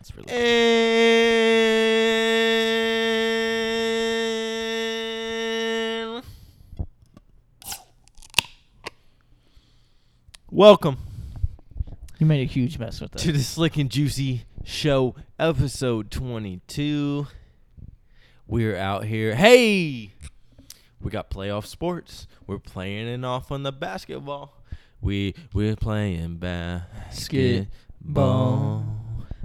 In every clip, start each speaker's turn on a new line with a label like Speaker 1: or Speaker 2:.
Speaker 1: It's really
Speaker 2: And welcome
Speaker 1: You made a huge mess with
Speaker 2: to
Speaker 1: that.
Speaker 2: the Slick and Juicy Show, episode 22. We're out here. Hey, we got playoff sports. We're playing and off on the basketball. We we're playing basketball.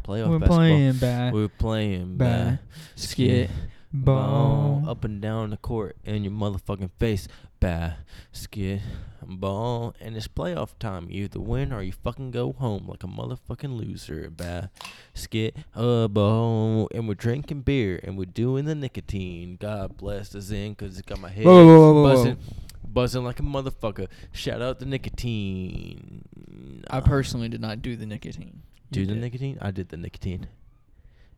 Speaker 2: Playoff
Speaker 1: We're
Speaker 2: basketball.
Speaker 1: playing ba-
Speaker 2: We're playing
Speaker 1: ba- skit
Speaker 2: basketball.
Speaker 1: ball.
Speaker 2: Up and down the court in your motherfucking face. Basketball. And it's playoff time. You either win or you fucking go home like a motherfucking loser. Basketball. And we're drinking beer and we're doing the nicotine. God bless the Zen because it's got my head
Speaker 1: Whoa, whoa, whoa, whoa, whoa.
Speaker 2: buzzing. Buzzing like a motherfucker. Shout out the nicotine.
Speaker 1: I personally did not do the nicotine.
Speaker 2: Uh, Do
Speaker 1: You
Speaker 2: the
Speaker 1: did.
Speaker 2: nicotine? I did the nicotine.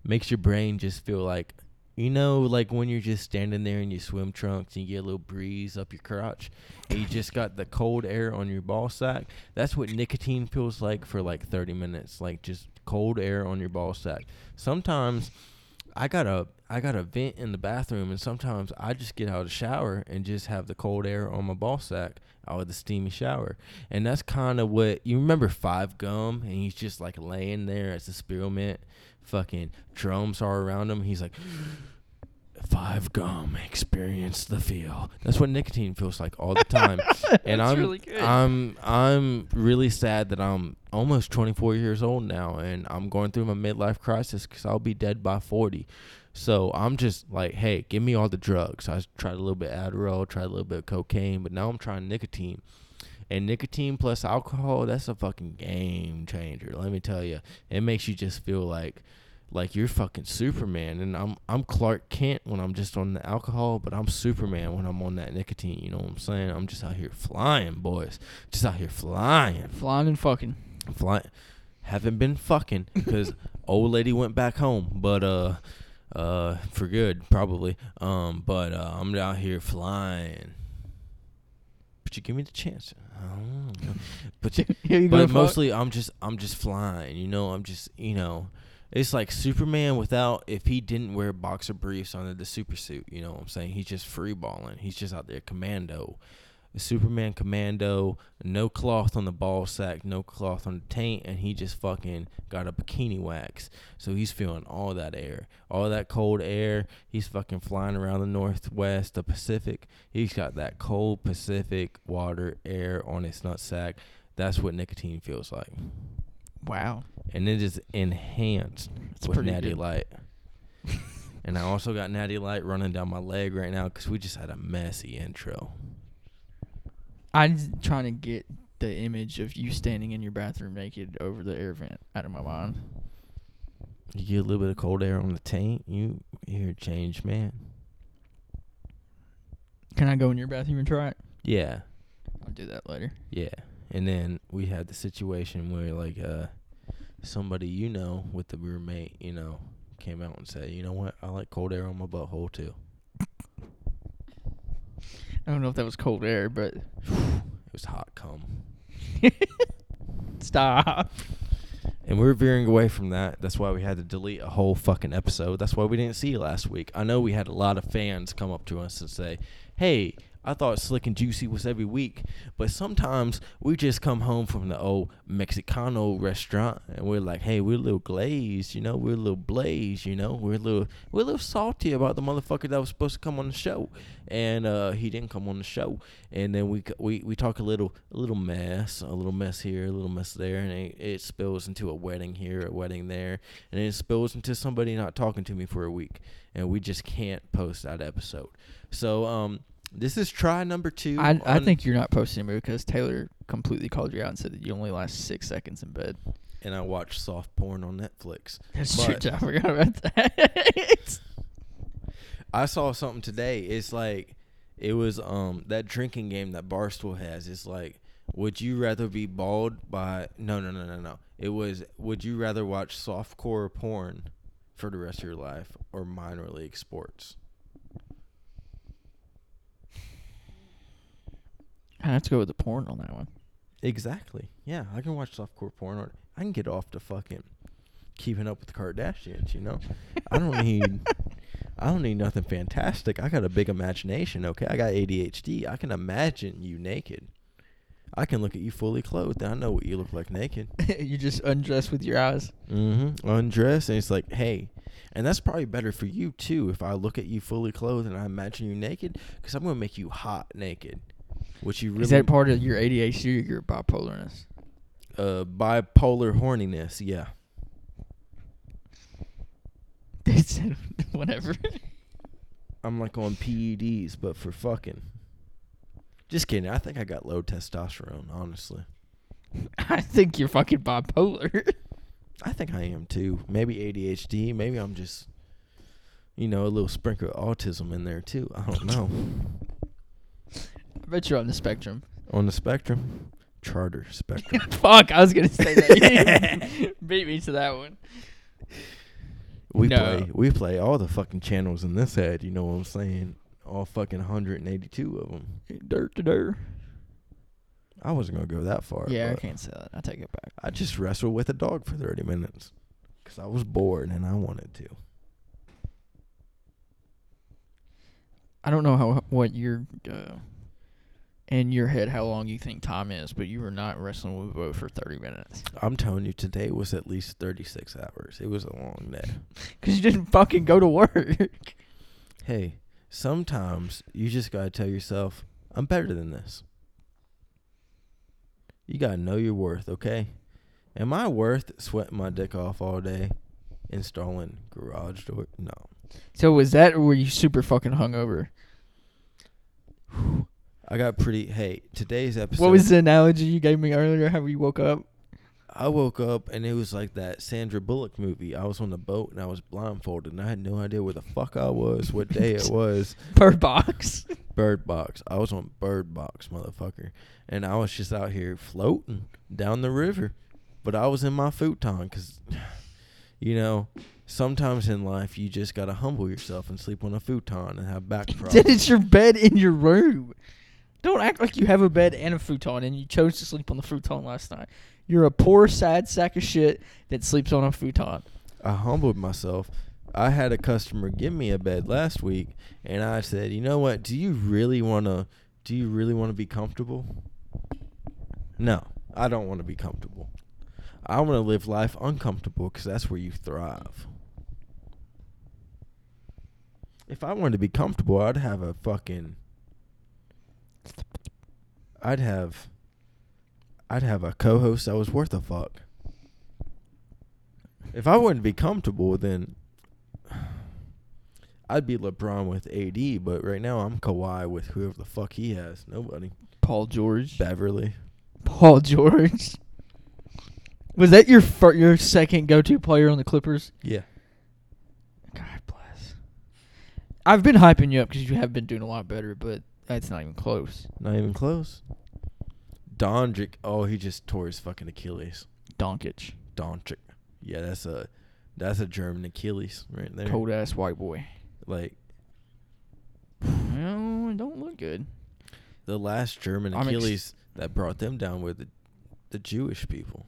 Speaker 2: Makes your brain just feel like, you know, like when you're just standing there in your swim trunks and you get a little breeze up your crotch and you just got the cold air on your ball sack. That's what nicotine feels like for like 30 minutes, like just cold air on your ball sack. Sometimes I got a I got a vent in the bathroom and sometimes I just get out of the shower and just have the cold air on my ball sack out of the steamy shower. And that's kind of what you remember Five Gum, and he's just like laying there as a spearmint. Fucking drums are around him. He's like, Five Gum, experience the feel. That's what nicotine feels like all the time. and
Speaker 1: That's
Speaker 2: I'm,
Speaker 1: really good.
Speaker 2: I'm, I'm really sad that I'm almost 24 years old now, and I'm going through my midlife crisis because I'll be dead by 40. So I'm just like, hey, give me all the drugs. I tried a little bit of Adderall, tried a little bit of cocaine, but now I'm trying nicotine. And nicotine plus alcohol, that's a fucking game changer. Let me tell you, it makes you just feel like, like you're fucking Superman. And I'm I'm Clark Kent when I'm just on the alcohol, but I'm Superman when I'm on that nicotine. You know what I'm saying? I'm just out here flying, boys. Just out here flying,
Speaker 1: Flying and fucking.
Speaker 2: flying. Haven't been fucking because old lady went back home, but uh, uh, for good probably. Um, but uh, I'm out here flying. But you give me the chance. I don't know. But you,
Speaker 1: Here you go,
Speaker 2: but
Speaker 1: fuck.
Speaker 2: mostly I'm just I'm just flying, you know. I'm just you know, it's like Superman without if he didn't wear boxer briefs under the super suit. You know what I'm saying? He's just free balling. He's just out there commando. Superman commando, no cloth on the ball sack, no cloth on the taint, and he just fucking got a bikini wax. So he's feeling all that air, all that cold air. He's fucking flying around the northwest, the Pacific. He's got that cold Pacific water air on his nutsack. That's what nicotine feels like.
Speaker 1: Wow.
Speaker 2: And it is enhanced
Speaker 1: That's
Speaker 2: with
Speaker 1: pretty
Speaker 2: Natty
Speaker 1: good.
Speaker 2: Light. and I also got Natty Light running down my leg right now because we just had a messy intro.
Speaker 1: I'm s- trying to get the image of you standing in your bathroom naked over the air vent out of my mind.
Speaker 2: You get a little bit of cold air on the taint, you you're a changed man.
Speaker 1: Can I go in your bathroom and try it?
Speaker 2: Yeah.
Speaker 1: I'll do that later.
Speaker 2: Yeah. And then we had the situation where like uh somebody you know with the roommate, you know, came out and said, You know what, I like cold air on my butthole too.
Speaker 1: I don't know if that was cold air, but
Speaker 2: It was hot cum.
Speaker 1: stop.
Speaker 2: And we're veering away from that. That's why we had to delete a whole fucking episode. That's why we didn't see you last week. I know we had a lot of fans come up to us and say, "Hey, I thought Slick and Juicy was every week, but sometimes we just come home from the old Mexicano restaurant and we're like, "Hey, we're a little glazed, you know? We're a little blazed, you know? We're a little we're a little salty about the motherfucker that was supposed to come on the show and uh, he didn't come on the show. And then we c- we we talk a little a little mess, a little mess here, a little mess there, and it, it spills into a wedding here, a wedding there, and it spills into somebody not talking to me for a week, and we just can't post that episode. So um, this is try number two.
Speaker 1: I, I
Speaker 2: on-
Speaker 1: think you're not posting it because Taylor completely called you out and said that you only last six seconds in bed.
Speaker 2: and I watched soft porn on Netflix.
Speaker 1: That's
Speaker 2: But-
Speaker 1: true. I forgot about that.
Speaker 2: I saw something today. It's like it was um that drinking game that Barstool has. It's like would you rather be bald by no no no no no. It was would you rather watch softcore porn for the rest of your life or minor league sports?
Speaker 1: I have to go with the porn on that one.
Speaker 2: Exactly. Yeah, I can watch softcore porn or I can get off the fucking keeping up with the Kardashians, you know? I don't need I don't need nothing fantastic. I got a big imagination, okay? I got ADHD. I can imagine you naked. I can look at you fully clothed. and I know what you look like naked.
Speaker 1: you just undress with your eyes.
Speaker 2: Mm-hmm. Undress, and it's like, hey, and that's probably better for you too. If I look at you fully clothed and I imagine you naked, because I'm gonna make you hot naked, which you really
Speaker 1: Is that part of your ADHD or your bipolarness?
Speaker 2: uh, bipolar horniness. Yeah,
Speaker 1: They said whatever.
Speaker 2: I'm like on PEDs, but for fucking. Just kidding. I think I got low testosterone. Honestly,
Speaker 1: I think you're fucking bipolar.
Speaker 2: I think I am too. Maybe ADHD. Maybe I'm just, you know, a little sprinkle of autism in there too. I don't know.
Speaker 1: I bet you're on the spectrum.
Speaker 2: on the spectrum, charter spectrum.
Speaker 1: Fuck, I was gonna say that. You Beat me to that one.
Speaker 2: We
Speaker 1: No.
Speaker 2: play we play all the fucking channels in this ad. You know what I'm saying? All fucking 182 of them.
Speaker 1: Dirt to dirt.
Speaker 2: I wasn't gonna go that far.
Speaker 1: Yeah, I
Speaker 2: but
Speaker 1: can't say that. I take it back.
Speaker 2: I just wrestled with a dog for 30 minutes because I was bored and I wanted to.
Speaker 1: I don't know how what your uh, in your head how long you think time is, but you were not wrestling with Bo for thirty minutes
Speaker 2: I'm telling you, today was at least 36 hours. It was a long day.
Speaker 1: because you didn't fucking go to work.
Speaker 2: Hey, sometimes you just gotta tell yourself, I'm better than this. You gotta know your worth, okay? Am I worth sweating my dick off all day, installing garage door? No.
Speaker 1: So was that or were you super fucking hungover?
Speaker 2: I got pretty. Hey, today's episode.
Speaker 1: what was the analogy you gave me earlier? How you woke up?
Speaker 2: I woke up and it was like that Sandra Bullock movie. I was on the boat and I was blindfolded and I had no idea where the fuck I was, what day it was.
Speaker 1: Per box.
Speaker 2: Bird Box. I was on Bird Box, motherfucker. And I was just out here floating down the river. But I was in my futon because, you know, sometimes in life you just got to humble yourself and sleep on a futon and have back
Speaker 1: Then
Speaker 2: problems.
Speaker 1: it's your bed in your room. Don't act like you have a bed and a futon and you chose to sleep on the futon last night. You're a poor, sad sack of shit that sleeps on a futon.
Speaker 2: I humbled myself. I had a customer give me a bed last week, and I said, "You know what? Do you really want to? Do you really want to be comfortable? No, I don't want to be comfortable. I want to live life uncomfortable because that's where you thrive. If I wanted to be comfortable, I'd have a fucking, I'd have, I'd have a co-host that was worth a fuck." If I wouldn't be comfortable, then I'd be LeBron with AD. But right now, I'm Kawhi with whoever the fuck he has. Nobody.
Speaker 1: Paul George.
Speaker 2: Beverly.
Speaker 1: Paul George. Was that your fir- your second go to player on the Clippers?
Speaker 2: Yeah.
Speaker 1: God bless. I've been hyping you up because you have been doing a lot better, but that's not even close.
Speaker 2: Not even close. Doncic. Oh, he just tore his fucking Achilles.
Speaker 1: Doncic,
Speaker 2: Doncic. Yeah, that's a that's a German Achilles right there.
Speaker 1: cold ass white boy.
Speaker 2: Like
Speaker 1: Well, it don't look good.
Speaker 2: the last German
Speaker 1: I'm ex-
Speaker 2: Achilles that brought them down were the the Jewish people.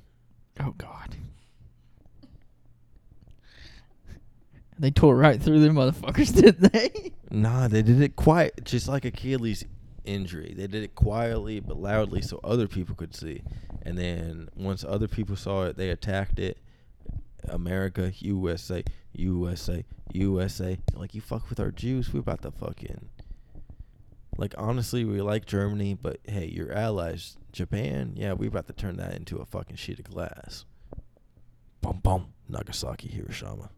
Speaker 1: Oh God. They tore right through them motherfuckers, didn't they?
Speaker 2: Nah, they did it quiet, just like Achilles' injury. They did it quietly but loudly, so other people could see. And then once other people saw it, they attacked it. America, USA, USA, USA. Like you fuck with our Jews, we about to fucking. Like honestly, we like Germany, but hey, your allies, Japan, yeah, we about to turn that into a fucking sheet of glass. Bum bum, Nagasaki, Hiroshima,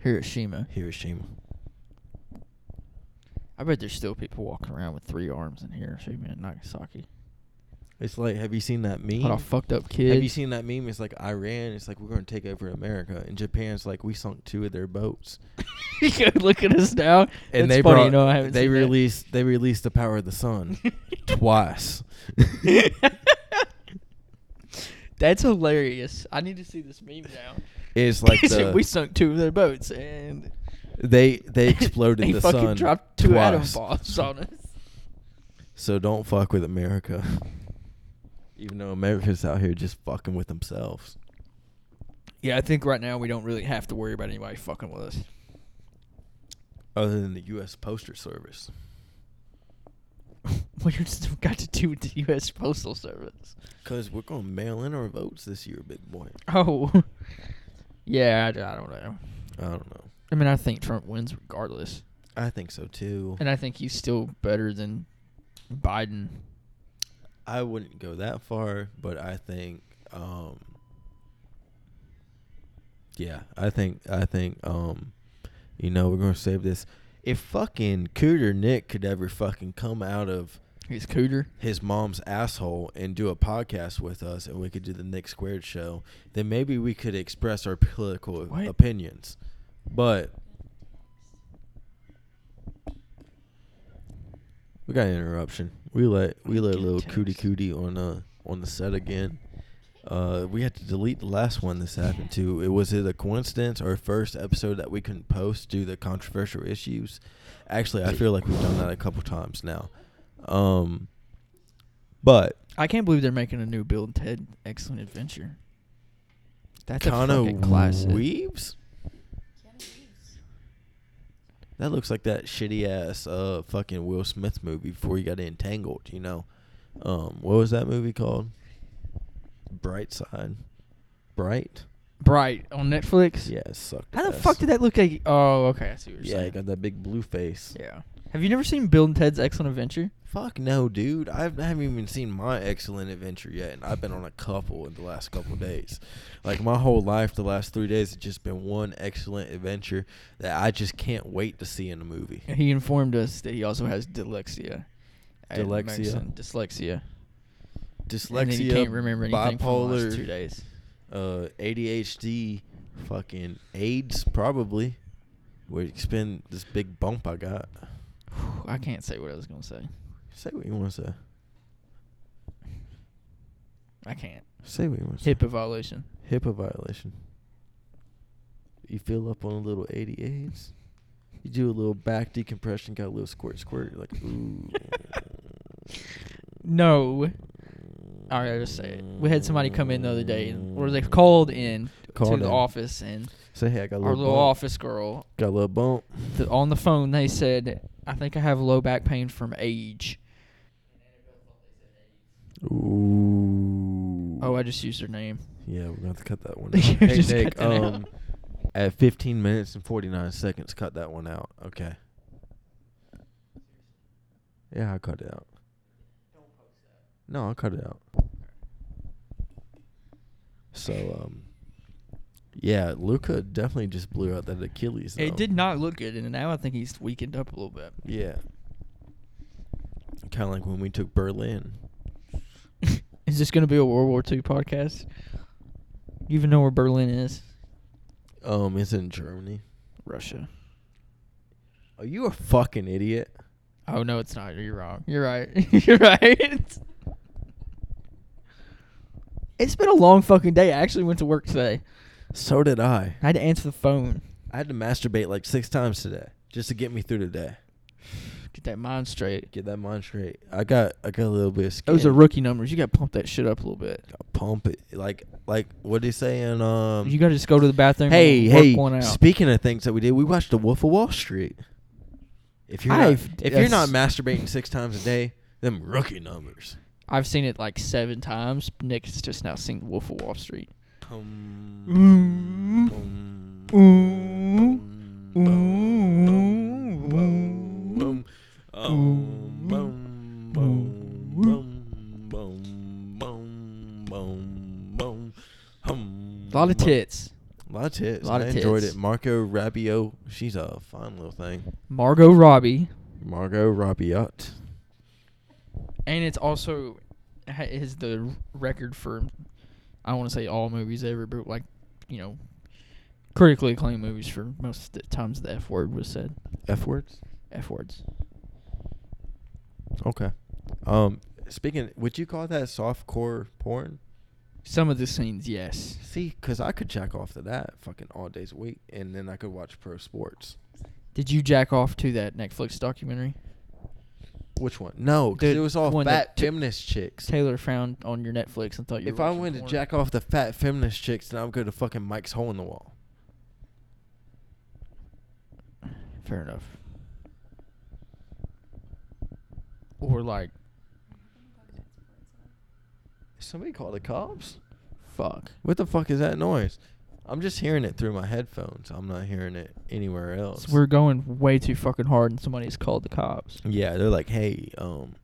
Speaker 1: Hiroshima.
Speaker 2: Hiroshima.
Speaker 1: I bet there's still people walking around with three arms in Hiroshima and Nagasaki.
Speaker 2: It's like, have you seen that meme?
Speaker 1: What a fucked up kid.
Speaker 2: Have you seen that meme? It's like Iran. It's like we're going to take over America, and Japan's like we sunk two of their boats,
Speaker 1: you go look at us now. That's
Speaker 2: and they
Speaker 1: funny,
Speaker 2: brought,
Speaker 1: no, I haven't
Speaker 2: they
Speaker 1: seen that.
Speaker 2: released they released the power of the sun twice.
Speaker 1: That's hilarious. I need to see this meme now.
Speaker 2: It's like the,
Speaker 1: we sunk two of their boats and
Speaker 2: they they exploded
Speaker 1: they
Speaker 2: the
Speaker 1: fucking
Speaker 2: sun
Speaker 1: dropped two atom
Speaker 2: twice.
Speaker 1: bombs on us.
Speaker 2: So don't fuck with America, even though America's out here just fucking with themselves.
Speaker 1: Yeah, I think right now we don't really have to worry about anybody fucking with us.
Speaker 2: Other than the U.S. Postal Service.
Speaker 1: what you have got to do with the U.S. Postal Service?
Speaker 2: Because we're going to mail in our votes this year, big boy.
Speaker 1: Oh, yeah. I, d- I don't know.
Speaker 2: I don't know.
Speaker 1: I mean, I think Trump wins regardless,
Speaker 2: I think so too.
Speaker 1: and I think he's still better than Biden.
Speaker 2: I wouldn't go that far, but I think, um, yeah, I think, I think, um, you know, we're gonna save this. If fucking Cooter Nick could ever fucking come out of
Speaker 1: He's cooter.
Speaker 2: his mom's asshole and do a podcast with us, and we could do the Nick Squared show, then maybe we could express our political
Speaker 1: What?
Speaker 2: opinions. But we got an interruption. We let we let
Speaker 1: Get a
Speaker 2: little cootie
Speaker 1: text.
Speaker 2: cootie on uh on the set again. Uh, we had to delete the last one this happened to. It was it a coincidence our first episode that we couldn't post due to controversial issues. Actually, I feel like we've done that a couple times now. Um, but
Speaker 1: I can't believe they're making a new Bill and Ted Excellent Adventure. That's a
Speaker 2: Connor
Speaker 1: fucking classic.
Speaker 2: Weaves. That looks like that shitty ass uh fucking Will Smith movie before he got entangled. You know, um, what was that movie called? Bright Side. Bright.
Speaker 1: Bright on Netflix.
Speaker 2: Yeah, it sucked.
Speaker 1: How the fuck did that look like? Oh, okay. I see what you're
Speaker 2: Yeah,
Speaker 1: saying.
Speaker 2: it got that big blue face.
Speaker 1: Yeah. Have you never seen Bill and Ted's Excellent Adventure?
Speaker 2: Fuck no, dude. I've, I haven't even seen my excellent adventure yet, and I've been on a couple in the last couple days. Like my whole life, the last three days, it's just been one excellent adventure that I just can't wait to see in a movie.
Speaker 1: And he informed us that he also has dyslexia. And it makes
Speaker 2: Dyslexia?
Speaker 1: sense- Dyslexia.
Speaker 2: Dyslexia,
Speaker 1: And then he can't remember anything for the last two
Speaker 2: bipolar,
Speaker 1: days.
Speaker 2: uh, ADHD, fucking AIDS, probably. Where it's been this big bump I got.
Speaker 1: Whew, I can't say what I was gonna say.
Speaker 2: Say what you want to say.
Speaker 1: I can't.
Speaker 2: Say what you want to say.
Speaker 1: HIPAA violation.
Speaker 2: HIPAA violation. You fill up on a little 88s. You do a little back decompression, got a little squirt, squirt. You're like, ooh.
Speaker 1: No. All right, I'll just say it. We had somebody come in the other day, and, or they called in
Speaker 2: Mm. Called
Speaker 1: to the
Speaker 2: in.
Speaker 1: office, and
Speaker 2: Say, hey, I got a
Speaker 1: our
Speaker 2: little,
Speaker 1: little
Speaker 2: bump.
Speaker 1: office girl
Speaker 2: Got a little bump.
Speaker 1: th- on the phone. They said, "I think I have low back pain from age."
Speaker 2: Ooh.
Speaker 1: Oh, I just used her name.
Speaker 2: Yeah, we're going to have to cut that one out.
Speaker 1: You
Speaker 2: hey,
Speaker 1: just
Speaker 2: Nick,
Speaker 1: cut that out.
Speaker 2: um, at 15 minutes and 49 seconds, cut that one out. Okay. Yeah, I'll cut it out. No, I'll cut it out. So, um, yeah, Luca definitely just blew out that Achilles.
Speaker 1: It
Speaker 2: though.
Speaker 1: did not look good, and now I think he's weakened up a little bit.
Speaker 2: Yeah. Kind of like when we took Berlin.
Speaker 1: Is this going to be a World War II podcast? You even know where Berlin is?
Speaker 2: Um, it's in Germany.
Speaker 1: Russia.
Speaker 2: Are you a fucking idiot?
Speaker 1: Oh no, it's not. You're wrong. You're right. You're right. It's been a long fucking day. I actually went to work today.
Speaker 2: So did I.
Speaker 1: I had to answer the phone.
Speaker 2: I had to masturbate like six times today just to get me through the day.
Speaker 1: Get that mind straight.
Speaker 2: Get that mind straight. I got I got a little bit of skin.
Speaker 1: Those are rookie numbers. You got to pump that shit up a little bit.
Speaker 2: Pump it like like what they saying. Um,
Speaker 1: You got to just go to the bathroom.
Speaker 2: hey
Speaker 1: and work
Speaker 2: hey.
Speaker 1: One out.
Speaker 2: Speaking of things that we did, we watched The Wolf of Wall Street. If you're not,
Speaker 1: I've-
Speaker 2: if you're not
Speaker 1: that's-
Speaker 2: masturbating six times a day, them rookie numbers.
Speaker 1: I've seen it like seven times. Nick's just now seen Wolf of Wall Street.
Speaker 2: Boom, boom, boom, boom, boom, boom, um, boom, boom, boom, boom, boom, boom, boom, hum,
Speaker 1: A lot of
Speaker 2: hum.
Speaker 1: tits.
Speaker 2: A lot of tits.
Speaker 1: Lot
Speaker 2: I
Speaker 1: of
Speaker 2: enjoyed
Speaker 1: tits.
Speaker 2: it. Marco Rabio, she's a fine little thing.
Speaker 1: Margot Robbie.
Speaker 2: Margot Rabiot.
Speaker 1: And it's also ha- is the record for I don't want to say all movies ever, but like you know, critically acclaimed movies for most of the times the F word was said.
Speaker 2: F words.
Speaker 1: F words.
Speaker 2: Okay. Um, speaking, would you call that soft core porn?
Speaker 1: Some of the scenes, yes.
Speaker 2: See, because I could jack off to that fucking all days a week, and then I could watch pro sports.
Speaker 1: Did you jack off to that Netflix documentary?
Speaker 2: Which one? No, because
Speaker 1: Dude,
Speaker 2: Oh, it was all
Speaker 1: one
Speaker 2: fat
Speaker 1: that-
Speaker 2: feminist chicks.
Speaker 1: Taylor found on your Netflix and thought you.
Speaker 2: If
Speaker 1: were
Speaker 2: I
Speaker 1: watching
Speaker 2: went to
Speaker 1: porn.
Speaker 2: jack off the fat feminist chicks, then I would go to fucking Mike's hole in the wall.
Speaker 1: fair enough. Or like,
Speaker 2: Somebody called the cops.
Speaker 1: fuck.
Speaker 2: What the fuck is that noise? I'm just hearing it through my headphones. I'm not hearing it anywhere else.
Speaker 1: So we're going way too fucking hard, and somebody's called the cops.
Speaker 2: Yeah, they're like, hey, um,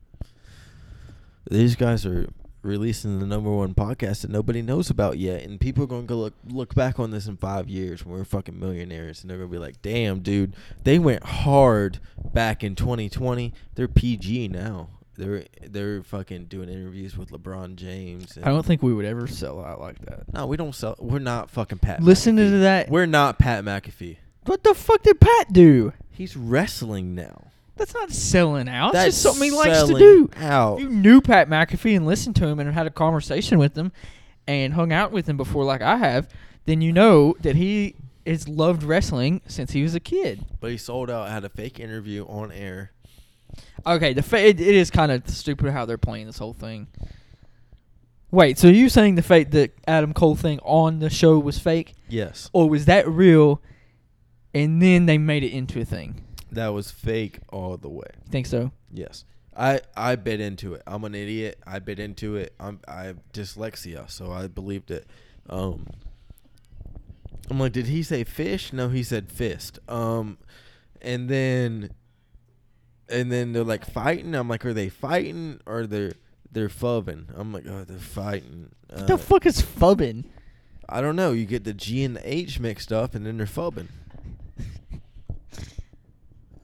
Speaker 2: these guys are releasing the number one podcast that nobody knows about yet, and people are gonna go look look back on this in five years when we're fucking millionaires, and they're gonna be like, damn, dude, they went hard back in 2020. They're PG now. They're they're fucking doing interviews with LeBron James. And
Speaker 1: I don't think we would ever sell out like that.
Speaker 2: No, we don't sell. We're not fucking Pat.
Speaker 1: Listen to
Speaker 2: McAfee.
Speaker 1: that-
Speaker 2: We're not Pat McAfee.
Speaker 1: What the fuck did Pat do?
Speaker 2: He's wrestling now.
Speaker 1: That's not selling out. That's just
Speaker 2: That's
Speaker 1: something he likes to
Speaker 2: selling
Speaker 1: do.
Speaker 2: out.
Speaker 1: If You knew Pat McAfee and listened to him and had a conversation with him and hung out with him before, like I have, then you know that he has loved wrestling since he was a kid.
Speaker 2: But he sold out. Had a fake interview on air.
Speaker 1: Okay, the fa- it, it is kind of stupid how they're playing this whole thing. Wait, so you saying the fake the Adam Cole thing on the show was fake,
Speaker 2: Yes,
Speaker 1: or was that real? And then they made it into a thing.
Speaker 2: that was fake all the way.
Speaker 1: You think so?
Speaker 2: Yes, I I bit into it. I'm an idiot. I bit into it. I'm I have dyslexia, so I believed it. Um, I'm like, did he say fish? No, he said fist. Um, and then, and then they're like fighting. I'm like, are they fighting or they're they're fubbing? I'm like, oh, they're fighting. Uh,
Speaker 1: What the fuck is fubbing?
Speaker 2: I don't know. You get the G and the H mixed up, and then they're fubbing.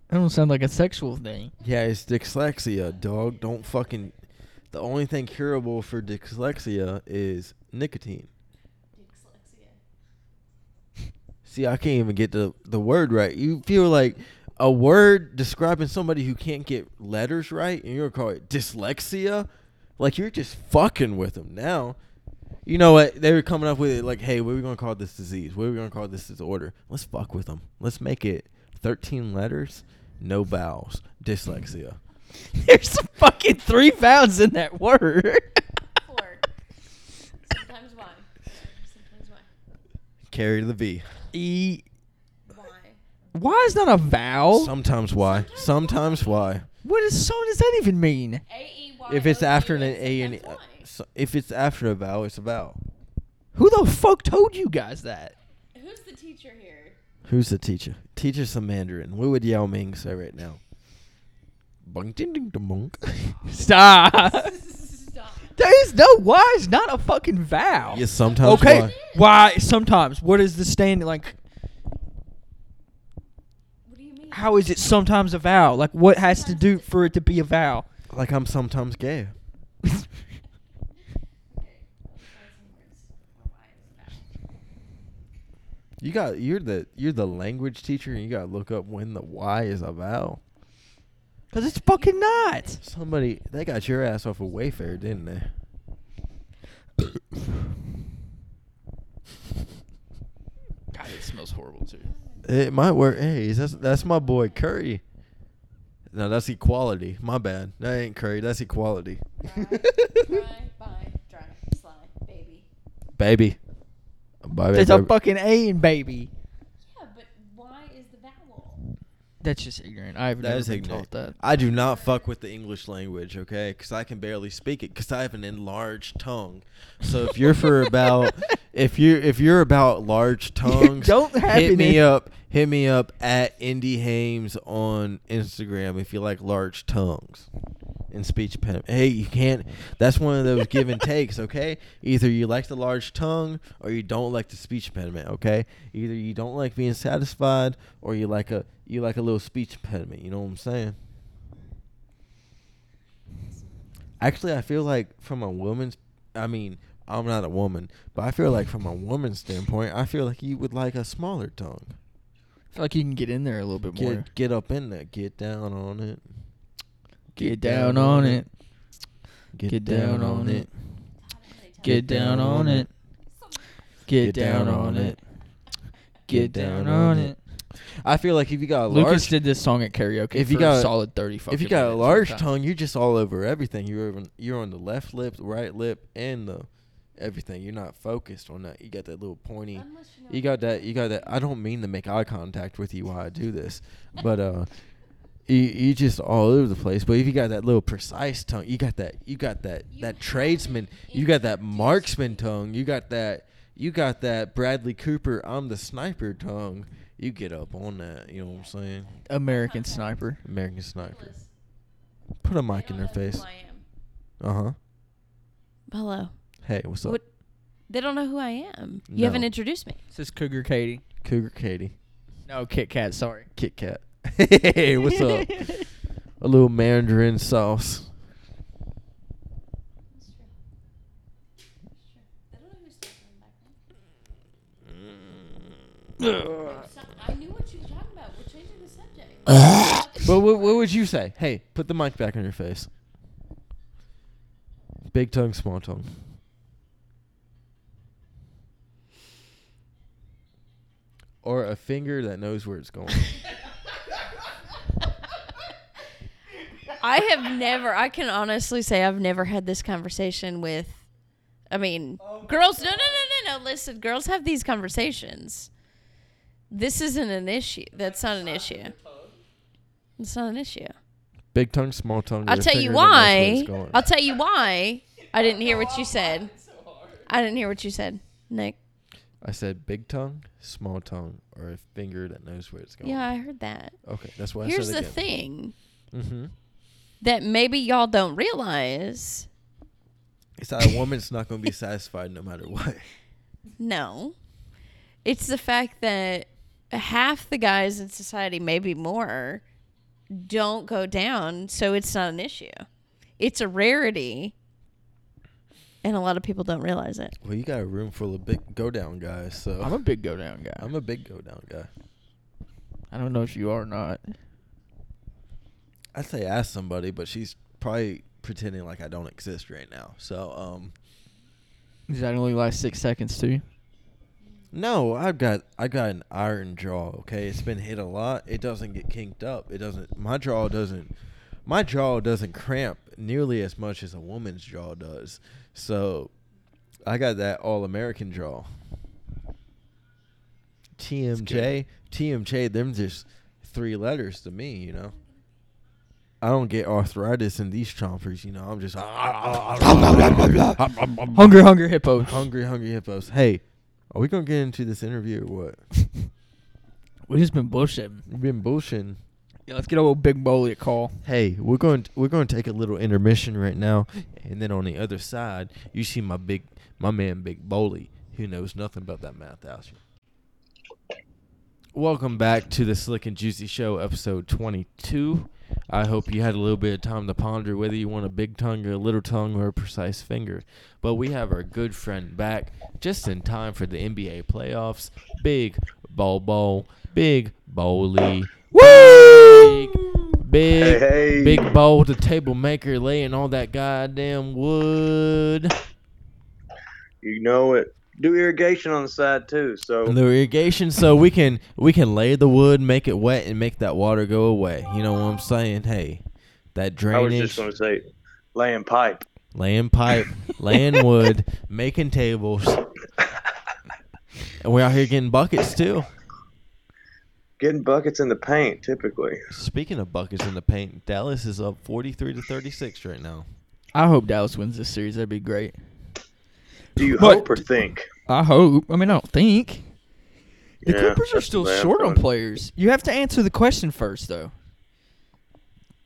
Speaker 1: That don't sound like a sexual thing.
Speaker 2: Yeah, it's dyslexia, dog. Don't fucking. The only thing curable for dyslexia is nicotine.
Speaker 3: Dyslexia.
Speaker 2: See, I can't even get the the word right. You feel like a word describing somebody who can't get letters right, and you're gonna call it dyslexia. Like you're just fucking with them now. You know what? They were coming up with it like, "Hey, what are we gonna call this disease? What are we gonna call this disorder? Let's fuck with them. Let's make it 13 letters, no vowels, dyslexia."
Speaker 1: There's fucking three pounds in that word.
Speaker 3: Four. Sometimes why? Sometimes why?
Speaker 2: Carry the V.
Speaker 1: E.
Speaker 3: Why?
Speaker 1: Why is that a
Speaker 2: Oh.
Speaker 1: vowel?
Speaker 2: Sometimes why? Sometimes
Speaker 3: Sometimes
Speaker 2: why?
Speaker 1: what is so? Does that even mean?
Speaker 3: A E Y.
Speaker 2: If it's
Speaker 3: O U
Speaker 2: after an
Speaker 3: S,
Speaker 2: A and E, uh,
Speaker 3: sometimes E. why.
Speaker 2: so- if it's after a vowel, it's a vowel.
Speaker 1: Who the fuck told you guys that?
Speaker 3: Who's the teacher here?
Speaker 2: Who's the teacher? Teacher some Mandarin. What would Yao Ming say right now? Bung ding ding dong bong.
Speaker 1: Stop.
Speaker 2: Uh,
Speaker 3: Stop.
Speaker 1: There's no why is not a fucking vowel.
Speaker 2: yes, sometimes
Speaker 1: okay.
Speaker 2: why?
Speaker 1: Why sometimes? What is the standing like?
Speaker 3: What do you mean?
Speaker 1: How is it sometimes a vowel? Like what has to do for it to be a vowel?
Speaker 2: Like I'm sometimes gay.
Speaker 3: Okay. Try some words for why it's bad.
Speaker 2: You got you're the you're the language teacher and you gotta look up when the Y is a vowel.
Speaker 1: Cause it's fucking not.
Speaker 2: Somebody they got your ass off of Wayfair, didn't they?
Speaker 1: God, it smells horrible too.
Speaker 2: It might work. Hey, that's that's my boy Curry. No, that's equality. My bad. That ain't Curry. That's equality.
Speaker 3: Try, buy, dry, sly, baby.
Speaker 2: baby. Bye,
Speaker 1: There's a fucking A in baby.
Speaker 3: Yeah, but why is the vowel?
Speaker 1: That's just ignorant. I've
Speaker 2: That
Speaker 1: never
Speaker 2: is
Speaker 1: been
Speaker 2: ignorant.
Speaker 1: taught that.
Speaker 2: I do not fuck with the English language, okay? Because I can barely speak it because I have an enlarged tongue. So if you're for about if you if you're about large tongues,
Speaker 1: don't have
Speaker 2: hit me
Speaker 1: any.
Speaker 2: up. Hit me up at Indy Hames on Instagram if you like large tongues and speech pen. Hey, you can't. That's one of those give and takes, okay? Either you like the large tongue or you don't like the speech impediment, okay? Either you don't like being satisfied or you like a you like a little speech impediment. You know what I'm saying? Actually, I feel like from a woman's, I mean, I'm not a woman, but I feel like from a woman's standpoint, I feel like you would like a smaller tongue.
Speaker 1: I feel like you can get in there a little bit more.
Speaker 2: Get get up in there, get down on it,
Speaker 1: Get down on it.
Speaker 2: get,
Speaker 1: Get
Speaker 2: down,
Speaker 1: down
Speaker 2: on
Speaker 1: on
Speaker 2: it.
Speaker 3: How do they tell
Speaker 1: Get down on it. Get down on it. Get down on it.
Speaker 2: I feel like if you got a
Speaker 1: Lucas
Speaker 2: large,
Speaker 1: did this song at karaoke
Speaker 2: if
Speaker 1: if
Speaker 2: you
Speaker 1: for
Speaker 2: got-
Speaker 1: a solid thirty.
Speaker 2: if you
Speaker 1: fucking
Speaker 2: got a
Speaker 1: minutes
Speaker 2: large
Speaker 1: sometimes.
Speaker 2: tongue, you're just all over everything. You're over, you're on the left lip, the right lip, and the everything. You're not focused on that. You got that little pointy.
Speaker 3: Unless you know
Speaker 2: You got that. You got that. I don't mean to make eye contact with you while I do this, but uh, you you just all over the place. But if you got that little precise tongue, you got that. You got that.
Speaker 3: You
Speaker 2: that
Speaker 3: haven't
Speaker 2: tradesman. You got that
Speaker 3: introduced
Speaker 2: marksman
Speaker 3: me.
Speaker 2: tongue. You got that. You got that Bradley Cooper. I'm the sniper tongue. You get up on that. You know what I'm saying?
Speaker 1: American Sniper.
Speaker 2: American sniper.
Speaker 3: Nicholas,
Speaker 2: Put a
Speaker 3: they
Speaker 2: mic in
Speaker 3: don't
Speaker 2: their
Speaker 3: know who
Speaker 2: face.
Speaker 3: I am.
Speaker 2: Uh huh.
Speaker 3: Hello.
Speaker 2: Hey, what's up?
Speaker 3: What? They don't know who I am. You
Speaker 2: No.
Speaker 3: haven't introduced me.
Speaker 1: This is Cougar Katie.
Speaker 2: Cougar Katie.
Speaker 1: No, Kit Kat. Sorry.
Speaker 2: Kit Kat. hey, what's up? a little Mandarin sauce.
Speaker 3: That's true. That's true. They don't know who's talking in the background. I'm so- I knew what you were talking about. We're changing the subject.
Speaker 2: But what, what would you say? Hey, put the mic back on your face. Big tongue, small tongue. Or a finger that knows where it's going.
Speaker 3: I have never. I can honestly say I've never had this conversation with. I mean, girls. No, no, no, no, no. Listen, girls have these conversations. This isn't an issue. That's not an issue. It's not an issue.
Speaker 2: Big tongue, small tongue.
Speaker 3: I'll
Speaker 2: with a
Speaker 3: tell you
Speaker 2: finger that knows where it's
Speaker 3: why.
Speaker 2: going.
Speaker 3: I'll tell you why. I didn't hear what you said. I didn't hear what you said, Nick.
Speaker 2: I said big tongue, small tongue, or a finger that knows where it's going.
Speaker 3: Yeah, I heard that.
Speaker 2: Okay, that's what
Speaker 3: Here's
Speaker 2: I
Speaker 3: the
Speaker 2: said again.
Speaker 3: thing
Speaker 2: Mm-hmm.
Speaker 3: that maybe y'all don't realize.
Speaker 2: It's that a woman's not going to be satisfied no matter what.
Speaker 3: No. It's the fact that half the guys in society, maybe more, don't go down, so it's not an issue. It's a rarity, and a lot of people don't realize it.
Speaker 2: Well, you got a room full of big go down guys, so
Speaker 1: I'm a big go down guy.
Speaker 2: I'm a big go down guy.
Speaker 1: I don't know if you are or not.
Speaker 2: I'd say ask somebody, but she's probably pretending like I don't exist right now. So, um,
Speaker 1: Does that only last six seconds too?
Speaker 2: no, I've got I got an iron jaw. Okay, it's been hit a lot. It doesn't get kinked up. It doesn't. My jaw doesn't. My jaw doesn't cramp nearly as much as a woman's jaw does. So, I got that all American jaw. TMJ, TMJ. Them just three letters to me. You know. I don't get arthritis in these chompers, you know. I'm just
Speaker 1: Hunger, hunger hippos.
Speaker 2: hungry, hungry hippos. Hey, are we gonna get into this interview or what?
Speaker 1: We just been bullshitting.
Speaker 2: We've been bullshitting.
Speaker 1: Yeah, let's get old Big Bully a call.
Speaker 2: Hey, we're going. We're going to take a little intermission right now, and then on the other side, you see my big, my man, Big Bowley, who knows nothing about that math house. Welcome back to the Slick and Juicy Show, episode 22. I hope you had a little bit of time to ponder whether you want a big tongue, a little tongue, or a precise finger. But we have our good friend back just in time for the NBA playoffs. Big Bowl Bowl, Big Bowley. Woo! Big, big,
Speaker 4: Hey, hey.
Speaker 2: big bowl to table maker laying all that goddamn wood.
Speaker 4: You know it. Do irrigation on the side too. So
Speaker 2: the irrigation so we can we can lay the wood, make it wet, and make that water go away. You know what I'm saying? Hey, that
Speaker 4: I
Speaker 2: drainage,
Speaker 4: was just going to say, laying pipe.
Speaker 2: laying pipe, laying wood, making tables. And we're out here getting buckets too.
Speaker 4: Getting buckets in the paint typically.
Speaker 2: Speaking of buckets in the paint, Dallas is up 43 to 36 right now.
Speaker 1: I hope Dallas wins this series. That'd be great.
Speaker 4: Do you
Speaker 1: But-
Speaker 4: hope or think?
Speaker 1: I hope. I mean, I don't think the
Speaker 4: Yeah,
Speaker 1: Clippers are
Speaker 4: that's
Speaker 1: still
Speaker 4: the way I
Speaker 1: short on
Speaker 4: thought.
Speaker 1: players. You have to answer the question first, though.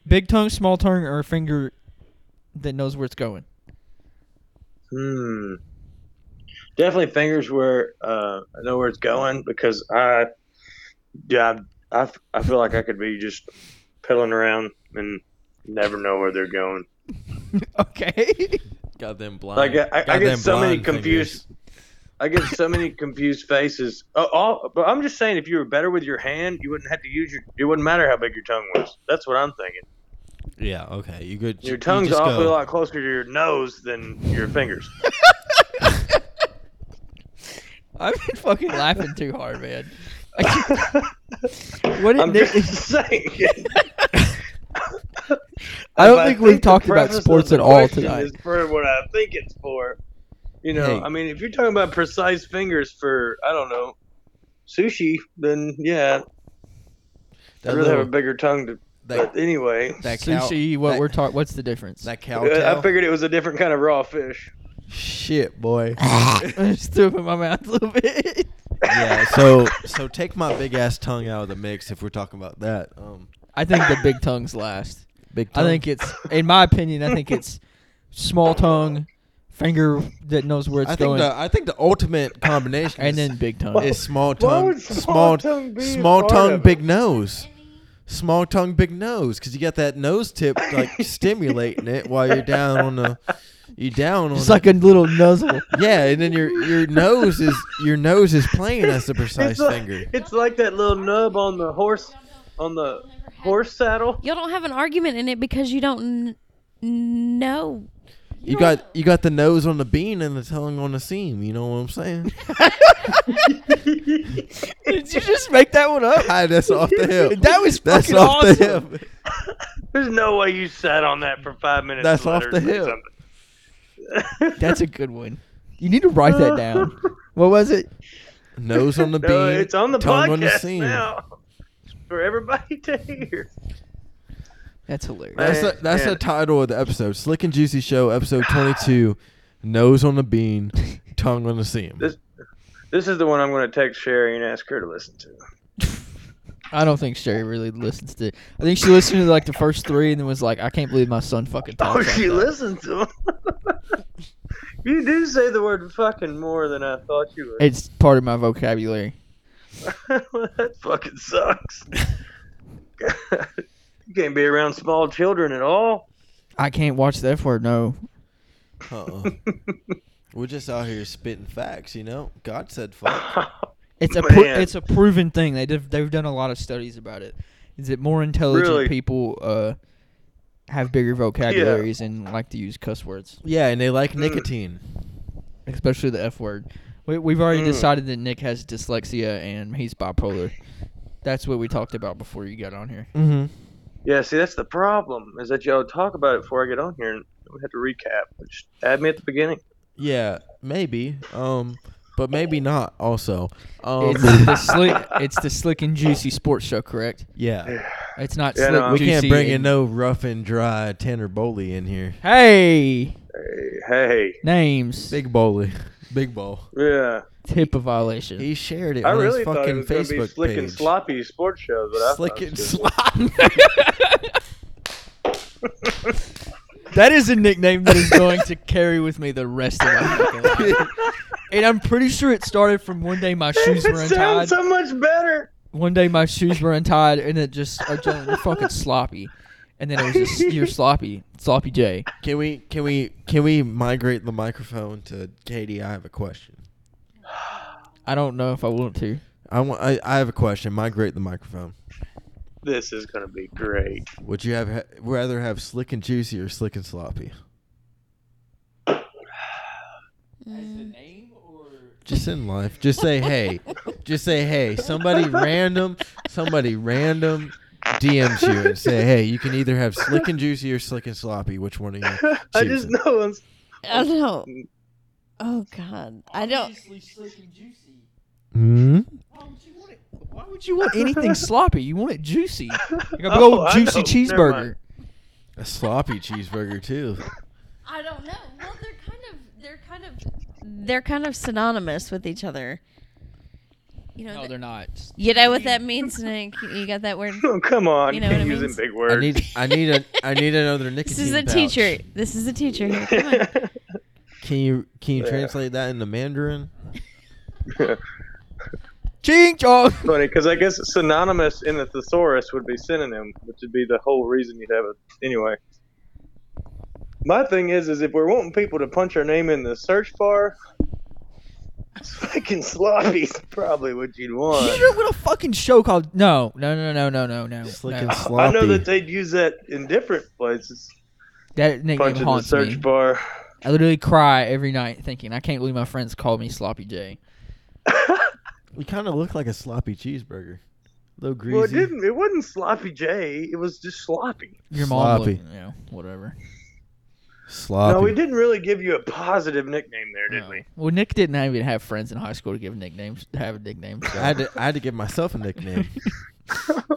Speaker 1: Big tongue, small tongue, or a finger that knows where it's going.
Speaker 4: Hmm. Definitely fingers where uh, I know where it's going because I, yeah, I, I, I feel like I could be just pedaling around and never know where they're going.
Speaker 1: okay.
Speaker 2: Goddamn blind.
Speaker 4: Like I, I,
Speaker 2: goddamn
Speaker 4: I get so many
Speaker 2: blind
Speaker 4: confused.
Speaker 2: fingers.
Speaker 4: I get so many confused faces. Oh, all, but I'm just saying, if you were better with your hand, you wouldn't have to use your. It wouldn't matter how big your tongue was. That's what I'm thinking.
Speaker 2: Yeah. Okay. You could.
Speaker 4: Your
Speaker 2: you
Speaker 4: tongue's
Speaker 2: just
Speaker 4: awfully
Speaker 2: go.
Speaker 4: a lot closer to your nose than your fingers.
Speaker 1: I've been fucking laughing too hard, man. What
Speaker 4: I'm
Speaker 1: did-
Speaker 4: just saying.
Speaker 1: I don't
Speaker 4: If
Speaker 1: think we've
Speaker 4: the
Speaker 1: talked about
Speaker 4: preface of
Speaker 1: sports
Speaker 4: the
Speaker 1: at all
Speaker 4: question
Speaker 1: tonight.
Speaker 4: Is for what I think it's for. You know,
Speaker 2: Hey.
Speaker 4: I mean, if you're talking about precise fingers for, I don't know, sushi, then yeah,
Speaker 2: That
Speaker 4: I'd rather have a
Speaker 2: little-
Speaker 4: bigger tongue. To,
Speaker 2: that,
Speaker 4: but anyway,
Speaker 2: that cow.
Speaker 1: sushi. what
Speaker 2: that-
Speaker 1: we're talking? What's the difference?
Speaker 2: That cow.
Speaker 4: I
Speaker 2: tail.
Speaker 4: I figured it was a different kind of raw fish.
Speaker 2: Shit, boy.
Speaker 1: I just threw up in my mouth a little bit.
Speaker 2: yeah. So so take my big ass tongue out of the mix if we're talking about that. Um,
Speaker 1: I think the big tongues last.
Speaker 2: big.
Speaker 1: I
Speaker 2: Tongue.
Speaker 1: think it's, in my opinion, I think it's small tongue, finger that knows where it's
Speaker 2: I think
Speaker 1: going,
Speaker 2: the I think the ultimate combination
Speaker 1: and
Speaker 2: is,
Speaker 1: then big tongue.
Speaker 2: is small
Speaker 4: Why
Speaker 2: tongue,
Speaker 4: would small tongue be a
Speaker 2: small
Speaker 4: part
Speaker 2: tongue,
Speaker 4: of it?
Speaker 2: big nose, small tongue, big nose, because you got that nose tip like stimulating it while you're down on the you're down on
Speaker 1: It's
Speaker 2: the-
Speaker 1: like a little nuzzle.
Speaker 2: yeah, and then your your nose is your nose is playing as the precise
Speaker 4: it's like,
Speaker 2: finger.
Speaker 4: It's like that little nub on the horse, on the horse saddle.
Speaker 3: Y'all don't have an argument in it because you don't n- know.
Speaker 2: You got you got the nose on the bean and the tongue on the seam. You know what I'm saying?
Speaker 1: Did you just make that one up?
Speaker 2: Hi, that's off the hip.
Speaker 1: That was
Speaker 2: that's
Speaker 1: fucking
Speaker 2: off
Speaker 1: awesome.
Speaker 2: the hip.
Speaker 4: There's no way you sat on that for five minutes.
Speaker 2: That's
Speaker 4: and let
Speaker 2: off
Speaker 4: her
Speaker 2: the
Speaker 4: say
Speaker 2: hip.
Speaker 4: something.
Speaker 1: That's a good one. You need to write that down. What was it?
Speaker 2: Nose on the bean.
Speaker 4: No, it's on the
Speaker 2: tongue
Speaker 4: podcast
Speaker 2: on the seam.
Speaker 4: now for everybody to hear.
Speaker 1: That's hilarious.
Speaker 2: That's a, that's
Speaker 4: Man.
Speaker 2: the title of the episode. Slick and Juicy Show, episode 22. Nose on the bean, tongue on the seam.
Speaker 4: This this is the one I'm going to text Sherry and ask her to listen to.
Speaker 1: I don't think Sherry really listens to. I think she listened to like the first three and then was like, "I can't believe my son fucking talks."
Speaker 4: Oh,
Speaker 1: like
Speaker 4: she
Speaker 1: that."
Speaker 4: listens to him. you do say the word "fucking" more than I thought you would.
Speaker 1: It's part of my vocabulary.
Speaker 4: that fucking sucks. God. You can't be around small children at all.
Speaker 1: I can't watch the F word. No,
Speaker 2: Uh-uh. We're just out here spitting facts, you know? God said fuck.
Speaker 1: it's a pro-
Speaker 4: Man.
Speaker 1: it's a proven thing. They did, they've done a lot of studies about it. Is that more intelligent
Speaker 4: Really?
Speaker 1: people uh, have bigger vocabularies and like to use cuss words,
Speaker 2: Yeah, and they like
Speaker 4: Mm.
Speaker 2: nicotine.
Speaker 1: especially the F word. We, we've already
Speaker 4: Mm.
Speaker 1: decided that Nick has dyslexia and he's bipolar. That's what we talked about before you got on here.
Speaker 2: Mm-hmm.
Speaker 4: Yeah, see, that's the problem is that y'all talk about it before I get on here, and we have to recap. Just add me at the beginning.
Speaker 2: Yeah, maybe. Um, but maybe not also. Um,
Speaker 1: It's the slick. It's the slick and juicy sports show, correct?
Speaker 2: yeah.
Speaker 1: It's not
Speaker 4: Yeah,
Speaker 1: slick.
Speaker 4: no, I'm-
Speaker 2: We can't
Speaker 1: juicy,
Speaker 2: bring in
Speaker 1: and-
Speaker 2: no rough and dry Tanner Bowley in here.
Speaker 1: Hey,
Speaker 4: Hey, hey,
Speaker 1: names.
Speaker 2: Big Bowley. Big Bowl.
Speaker 4: yeah.
Speaker 1: HIPAA violation.
Speaker 2: He shared it
Speaker 4: I
Speaker 2: on
Speaker 4: really
Speaker 2: his
Speaker 4: thought it
Speaker 2: fucking
Speaker 4: was going to be
Speaker 2: Facebook
Speaker 4: slick
Speaker 2: page.
Speaker 4: and sloppy sports shows. But I
Speaker 2: Slick
Speaker 4: thought it
Speaker 2: and
Speaker 4: was-
Speaker 2: sloppy.
Speaker 1: that is a nickname that is going to carry with me the rest of my fucking life. And I'm pretty sure it started from one day my shoes were
Speaker 4: It
Speaker 1: untied.
Speaker 4: sounds so much better.
Speaker 1: One day my shoes were untied, and it just oh, Jalen, you're fucking sloppy. And then it was just you're sloppy, sloppy J.
Speaker 2: Can we can we can we migrate the microphone to Katie? I have a question.
Speaker 1: I don't know if I want to.
Speaker 2: I want I, I have a question. Migrate the microphone.
Speaker 4: This is going to be great.
Speaker 2: Would you have ha- rather have slick and juicy or slick and sloppy? Just in life, just say hey, just say hey. Somebody random, somebody random DMs you and say hey, you can either have slick and juicy or slick and sloppy. Which one are you?
Speaker 4: I just
Speaker 2: choosing?
Speaker 4: know it's
Speaker 3: I don't. Oh God, I don't.
Speaker 2: Hmm?
Speaker 1: Why would you want anything sloppy? You want it juicy. Like a big
Speaker 4: Oh,
Speaker 1: old
Speaker 4: I
Speaker 1: juicy
Speaker 4: know. Never
Speaker 1: cheeseburger.
Speaker 4: mind.
Speaker 2: A sloppy cheeseburger too.
Speaker 3: I don't know. Well, they're kind of. They're kind of. They're kind of synonymous with each other. You know.
Speaker 1: No,
Speaker 3: th-
Speaker 1: they're not.
Speaker 3: you know what that means, Nick. You got that word.
Speaker 4: Oh, come on.
Speaker 3: You
Speaker 4: You
Speaker 3: know
Speaker 4: can't
Speaker 3: what I
Speaker 4: use
Speaker 3: mean?
Speaker 4: them big
Speaker 2: I
Speaker 4: words.
Speaker 2: need I need a I need another nicotine.
Speaker 3: This is a
Speaker 2: pouch.
Speaker 3: teacher. This is a teacher here. Come on.
Speaker 2: Can you can you
Speaker 4: Yeah.
Speaker 2: translate that into Mandarin?
Speaker 1: Ching chong.
Speaker 4: Funny, because I guess synonymous in the thesaurus would be synonym, which would be the whole reason you'd have it. Anyway, my thing is, is if we're wanting people to punch our name in the search bar, slick and sloppy is probably what you'd
Speaker 1: You
Speaker 4: want.
Speaker 1: know what a fucking show called? No, no, no, no, no, no, no.
Speaker 2: Slick
Speaker 1: no.
Speaker 2: and sloppy.
Speaker 4: I know that they'd use that in different places.
Speaker 1: That nickname
Speaker 4: Punch in the
Speaker 1: haunts
Speaker 4: search
Speaker 1: me.
Speaker 4: bar.
Speaker 1: I literally cry every night thinking I can't believe my friends call me Sloppy J.
Speaker 2: We kind of look like a sloppy cheeseburger. A little greasy.
Speaker 5: Well, it didn't. It wasn't sloppy J. It was just sloppy.
Speaker 1: Your mom,
Speaker 2: Sloppy.
Speaker 1: looked, yeah, whatever.
Speaker 2: Sloppy.
Speaker 5: No, we didn't really give you a positive nickname there, did
Speaker 1: No.
Speaker 5: we?
Speaker 1: Well, Nick didn't even have friends in high school to give nicknames. To have a nickname.
Speaker 2: I
Speaker 1: So.
Speaker 2: had, to, I had to give myself a nickname.
Speaker 1: What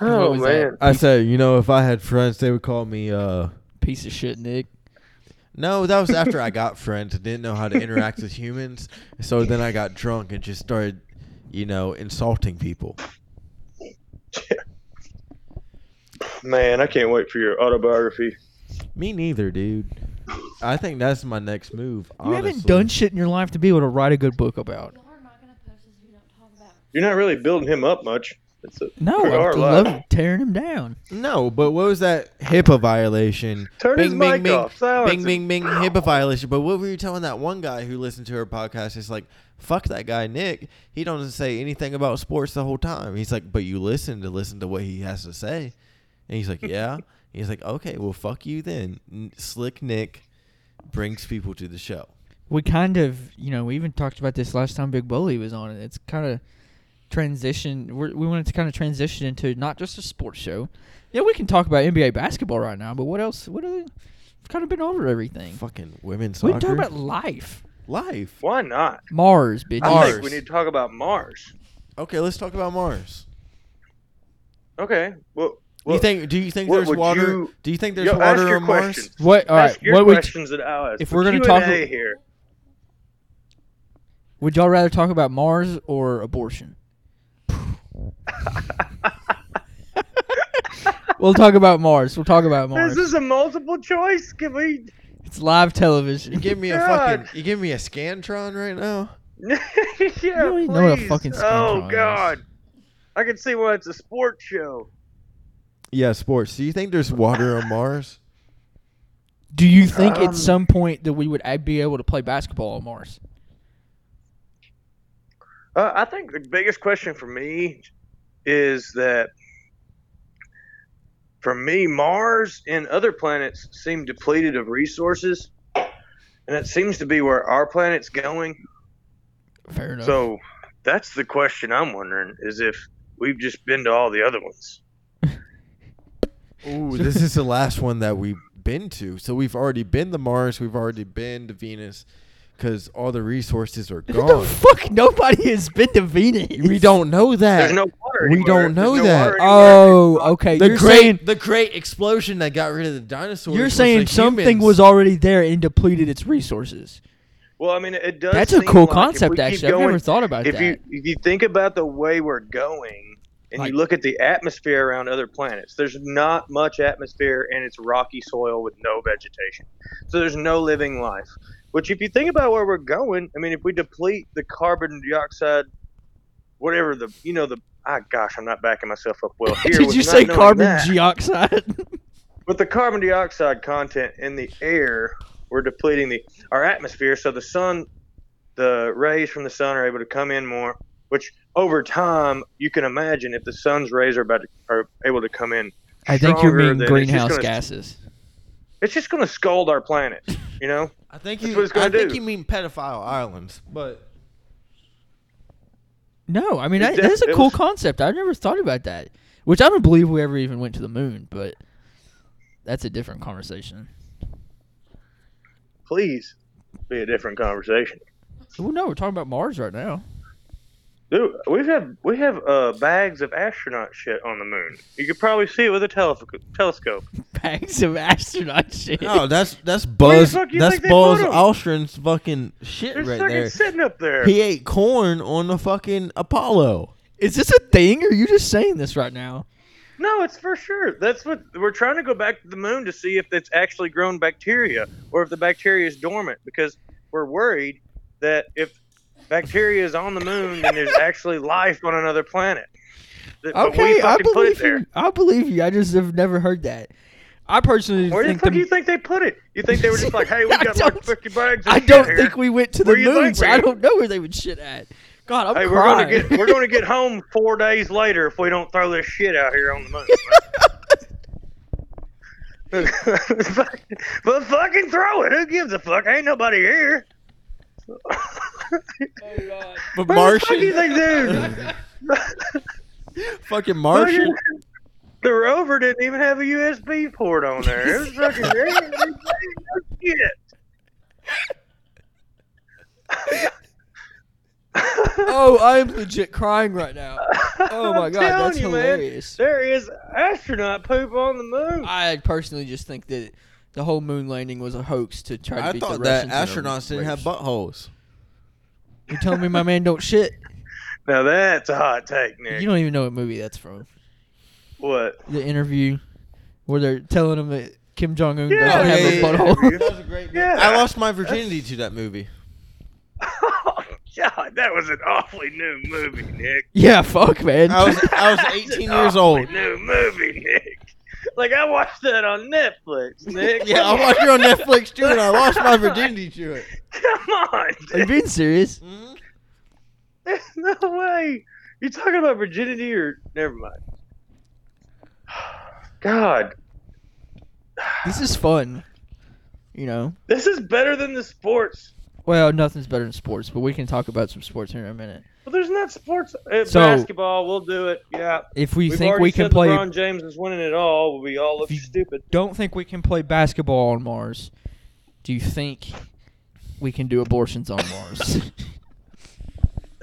Speaker 5: Oh
Speaker 1: was
Speaker 5: man,
Speaker 2: I said, you know, if I had friends, they would call me. uh
Speaker 1: Piece of shit, Nick.
Speaker 2: No, that was after I got friends and didn't know how to interact with humans. So then I got drunk and just started, you know, insulting people.
Speaker 5: man, I can't wait for your autobiography.
Speaker 2: Me neither, dude. I think that's my next move.
Speaker 1: You
Speaker 2: honestly.
Speaker 1: haven't done shit in your life to be able to write a good book about.
Speaker 4: Y'all are not gonna post this if we don't talk about it.
Speaker 5: You're not really building him up much. It's a,
Speaker 1: No,
Speaker 5: we are
Speaker 1: I
Speaker 5: live.
Speaker 1: love tearing him down.
Speaker 2: No, but what was that HIPAA violation?
Speaker 5: Turn his mic off. Silence
Speaker 2: Bing,
Speaker 5: him.
Speaker 2: bing, bing. HIPAA violation. But what were you telling that one guy who listened to her podcast? It's like, fuck that guy, Nick. He doesn't say anything about sports the whole time. He's like, but you listen to listen to what he has to say. And he's like, yeah. he's like, okay, well, fuck you then. N- Slick Nick brings people to the show.
Speaker 1: We kind of, you know, we even talked about this last time Big Bully was on it. It's kind of transition. We're, we wanted to kind of transition into not just a sports show. Yeah, we can talk about NBA basketball right now, but what else? What are We've kind of been over everything.
Speaker 2: Fucking women's
Speaker 1: We
Speaker 2: soccer.
Speaker 1: can talk about life.
Speaker 2: life.
Speaker 5: Why not?
Speaker 1: Mars, bitches.
Speaker 5: I
Speaker 2: Mars.
Speaker 5: think we need to talk about Mars.
Speaker 2: Okay, let's talk about Mars.
Speaker 5: Okay. Well,
Speaker 2: Do
Speaker 5: well
Speaker 2: you think? Do you think
Speaker 5: what
Speaker 2: there's
Speaker 5: would
Speaker 2: water?
Speaker 5: you-
Speaker 2: do you think there's
Speaker 5: yo,
Speaker 2: water
Speaker 5: ask your
Speaker 2: on
Speaker 5: questions.
Speaker 2: Mars?
Speaker 1: What? All
Speaker 5: ask
Speaker 1: right.
Speaker 5: your
Speaker 1: What would
Speaker 5: questions that I'll ask.
Speaker 1: if
Speaker 5: The
Speaker 1: we're gonna
Speaker 5: Q&A
Speaker 1: talk-
Speaker 5: here,
Speaker 1: would y'all rather talk about Mars or abortion? we'll talk about Mars. We'll talk about
Speaker 5: this
Speaker 1: Mars.
Speaker 5: is a multiple choice. Can we?
Speaker 1: It's live television.
Speaker 2: You give me a
Speaker 5: God.
Speaker 2: fucking. You give me a scantron right now.
Speaker 5: yeah,
Speaker 1: don't even know what a
Speaker 5: please.
Speaker 1: fucking
Speaker 5: Oh
Speaker 1: scantron is.
Speaker 5: God, I can see why it's a sports show.
Speaker 2: Yeah, sports. Do you think there's water on Mars?
Speaker 1: Do you think
Speaker 5: Um,
Speaker 1: at some point that we would uh, be able to play basketball on Mars?
Speaker 5: Uh, I think the biggest question for me is that for me, Mars and other planets seem depleted of resources, and that seems to be where our planet's going.
Speaker 1: Fair enough.
Speaker 5: So that's the question I'm wondering: is if we've just been to all the other ones.
Speaker 2: Ooh, this is the last one that we've been to. So we've already been to Mars. We've already been to Venus, because all the resources are
Speaker 1: What
Speaker 2: gone.
Speaker 1: the fuck? Nobody has been to Venus.
Speaker 2: we don't know that.
Speaker 5: There's no water.
Speaker 2: we
Speaker 5: anywhere.
Speaker 2: don't know
Speaker 5: There's no
Speaker 2: that.
Speaker 5: water anywhere.
Speaker 1: Oh, okay.
Speaker 2: the
Speaker 1: you're
Speaker 2: great,
Speaker 1: saying
Speaker 2: the great explosion that got rid of the dinosaurs.
Speaker 1: you're
Speaker 2: was
Speaker 1: saying
Speaker 2: the
Speaker 1: something
Speaker 2: humans.
Speaker 1: was already there and depleted its resources.
Speaker 5: Well, I mean, it does.
Speaker 1: That's a
Speaker 5: seem
Speaker 1: cool
Speaker 5: like if we
Speaker 1: concept.
Speaker 5: keep
Speaker 1: Actually, I've
Speaker 5: going-
Speaker 1: never thought about
Speaker 5: if
Speaker 1: that.
Speaker 5: you if you think about the way we're going and
Speaker 1: Like-
Speaker 5: you look at the atmosphere around other planets there's not much atmosphere and it's rocky soil with no vegetation so there's no living life which if you think about where we're going i mean if we deplete the carbon dioxide whatever the you know the ah, gosh i'm not backing myself up well here
Speaker 1: Did
Speaker 5: with
Speaker 1: you
Speaker 5: not
Speaker 1: say
Speaker 5: knowing
Speaker 1: carbon
Speaker 5: that,
Speaker 1: dioxide?
Speaker 5: with the carbon dioxide content in the air, we're depleting the our atmosphere, so the sun, the rays from the sun are able to come in more. Which over time, you can imagine if the sun's rays are about to, are able to come in,
Speaker 1: I think you're
Speaker 5: stronger,
Speaker 1: mean
Speaker 5: then it's
Speaker 1: greenhouse
Speaker 5: just gonna-
Speaker 1: gases.
Speaker 5: it's just going to scald our planet. You know,
Speaker 2: I think
Speaker 5: That's
Speaker 2: you.
Speaker 5: what it's gonna
Speaker 2: I think
Speaker 5: do.
Speaker 2: you mean pedophile islands, but
Speaker 1: No, I mean that,
Speaker 5: It def-
Speaker 1: that's a
Speaker 5: it
Speaker 1: cool
Speaker 5: was-
Speaker 1: concept. I've never thought about that. Which I don't believe we ever even went to the moon, but that's a different conversation.
Speaker 5: please be a different conversation.
Speaker 1: Well, no, we're talking about Mars right now.
Speaker 5: Dude, we have we have uh, bags of astronaut shit on the moon. You could probably see it with a tele- telescope.
Speaker 1: Bags of astronaut shit.
Speaker 2: no, that's that's Buzz.
Speaker 5: fuck you
Speaker 2: That's
Speaker 5: think they
Speaker 2: Buzz
Speaker 5: photo?
Speaker 2: Aldrin's fucking shit
Speaker 5: They're
Speaker 2: right
Speaker 5: fucking
Speaker 2: there.
Speaker 5: sitting up there.
Speaker 2: He ate corn on the fucking Apollo.
Speaker 1: Is this a thing, or are you just saying this right now?
Speaker 5: No, it's for sure. That's what we're trying to go back to the moon to see if it's actually grown bacteria or if the bacteria is dormant because we're worried that if bacteria is on the moon then there's actually life on another planet. That- but
Speaker 1: Okay,
Speaker 5: we
Speaker 1: I
Speaker 5: fucking put it
Speaker 1: believe
Speaker 5: there.
Speaker 1: you. I believe you. I just have never heard that. I personally
Speaker 5: Where the
Speaker 1: think
Speaker 5: fuck do
Speaker 1: the-
Speaker 5: you think they put it? You think they were just like, hey, we
Speaker 1: I
Speaker 5: got like
Speaker 1: don't-
Speaker 5: 50 bags of
Speaker 1: I
Speaker 5: shit
Speaker 1: don't
Speaker 5: here.
Speaker 1: think we went to the
Speaker 5: Where you
Speaker 1: moon,
Speaker 5: think
Speaker 1: so
Speaker 5: we-
Speaker 1: I don't know where they would shit at. God, I'm
Speaker 5: Hey, we're
Speaker 1: crying.
Speaker 5: gonna get we're gonna get home four days later if we don't throw this shit out here on the moon. but fucking throw it. Who gives a fuck? Ain't nobody here.
Speaker 1: Oh God.
Speaker 2: But
Speaker 5: Bro, what the fuck do you
Speaker 2: Martian,
Speaker 5: think, dude?
Speaker 2: fucking Martian.
Speaker 5: the rover didn't even have a USB port on there. It was fucking they didn't even know shit.
Speaker 1: Oh, I'm legit crying right now. Oh my
Speaker 5: I'm
Speaker 1: God,
Speaker 5: telling
Speaker 1: that's
Speaker 5: you, man.
Speaker 1: hilarious.
Speaker 5: There is astronaut poop on the moon.
Speaker 1: I personally just think that the whole moon landing was a hoax to try to
Speaker 2: I
Speaker 1: beat
Speaker 2: thought
Speaker 1: the
Speaker 2: that
Speaker 1: Russians.
Speaker 2: astronauts didn't have buttholes.
Speaker 1: You telling me my man don't shit?
Speaker 5: Now that's a hot take, Nick.
Speaker 1: You don't even know what movie that's from.
Speaker 5: what?
Speaker 1: The interview where they're telling him that Kim Jong Un doesn't
Speaker 5: Yeah. Oh,
Speaker 1: have
Speaker 5: yeah,
Speaker 1: a
Speaker 5: yeah,
Speaker 1: butthole.
Speaker 5: yeah.
Speaker 2: a great
Speaker 5: Yeah.
Speaker 2: I lost my virginity to that movie.
Speaker 5: Oh, God, that was an awfully new movie, Nick.
Speaker 1: Yeah. fuck, man.
Speaker 2: I was I was
Speaker 5: That's
Speaker 2: 18
Speaker 5: an
Speaker 2: years
Speaker 5: awfully
Speaker 2: old.
Speaker 5: New movie, Nick. Like I watched that on Netflix, Nick.
Speaker 2: Yeah, I watched it on Netflix too, and I lost my virginity to it. Mm-hmm.
Speaker 5: Come on,
Speaker 1: Are you
Speaker 5: dude.
Speaker 1: being serious?
Speaker 5: There's no way. You talking about virginity or never mind. God,
Speaker 1: This is fun. You know.
Speaker 5: this is better than the sports.
Speaker 1: Well, nothing's better than sports, but we can talk about some sports here in a minute.
Speaker 5: Well, there's not sports. Uh,
Speaker 1: So-
Speaker 5: basketball, we'll do it. Yeah.
Speaker 1: If we
Speaker 5: We've
Speaker 1: think
Speaker 5: already
Speaker 1: we can
Speaker 5: said
Speaker 1: play,
Speaker 5: LeBron James is winning it all. We all look
Speaker 1: If you-
Speaker 5: stupid.
Speaker 1: don't think we can play basketball on Mars. Do you think we can do abortions on Mars?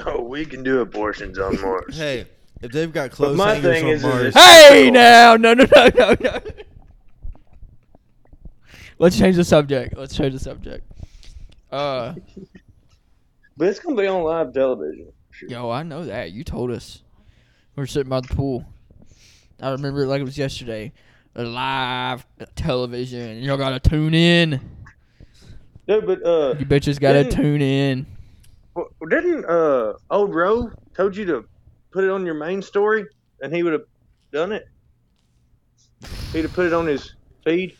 Speaker 5: Oh, we can do abortions on Mars.
Speaker 2: Hey, if they've got clothes
Speaker 5: my
Speaker 2: hangers
Speaker 5: thing
Speaker 2: on
Speaker 5: is- is
Speaker 2: Mars,
Speaker 5: it's-
Speaker 1: hey, now, no, no, no, no, no. Let's change the subject. Let's change the subject. Uh,
Speaker 5: But it's gonna be on live television.
Speaker 1: yo, I know that you told us. We were sitting by the pool. I remember it like it was yesterday. Live television. Y'all gotta tune in.
Speaker 5: No, but uh,
Speaker 1: You bitches gotta
Speaker 5: Didn't-
Speaker 1: tune in.
Speaker 5: w- didn't uh old Roe told you to put it on your main story, and he would have done it. He'd have put it on his feed.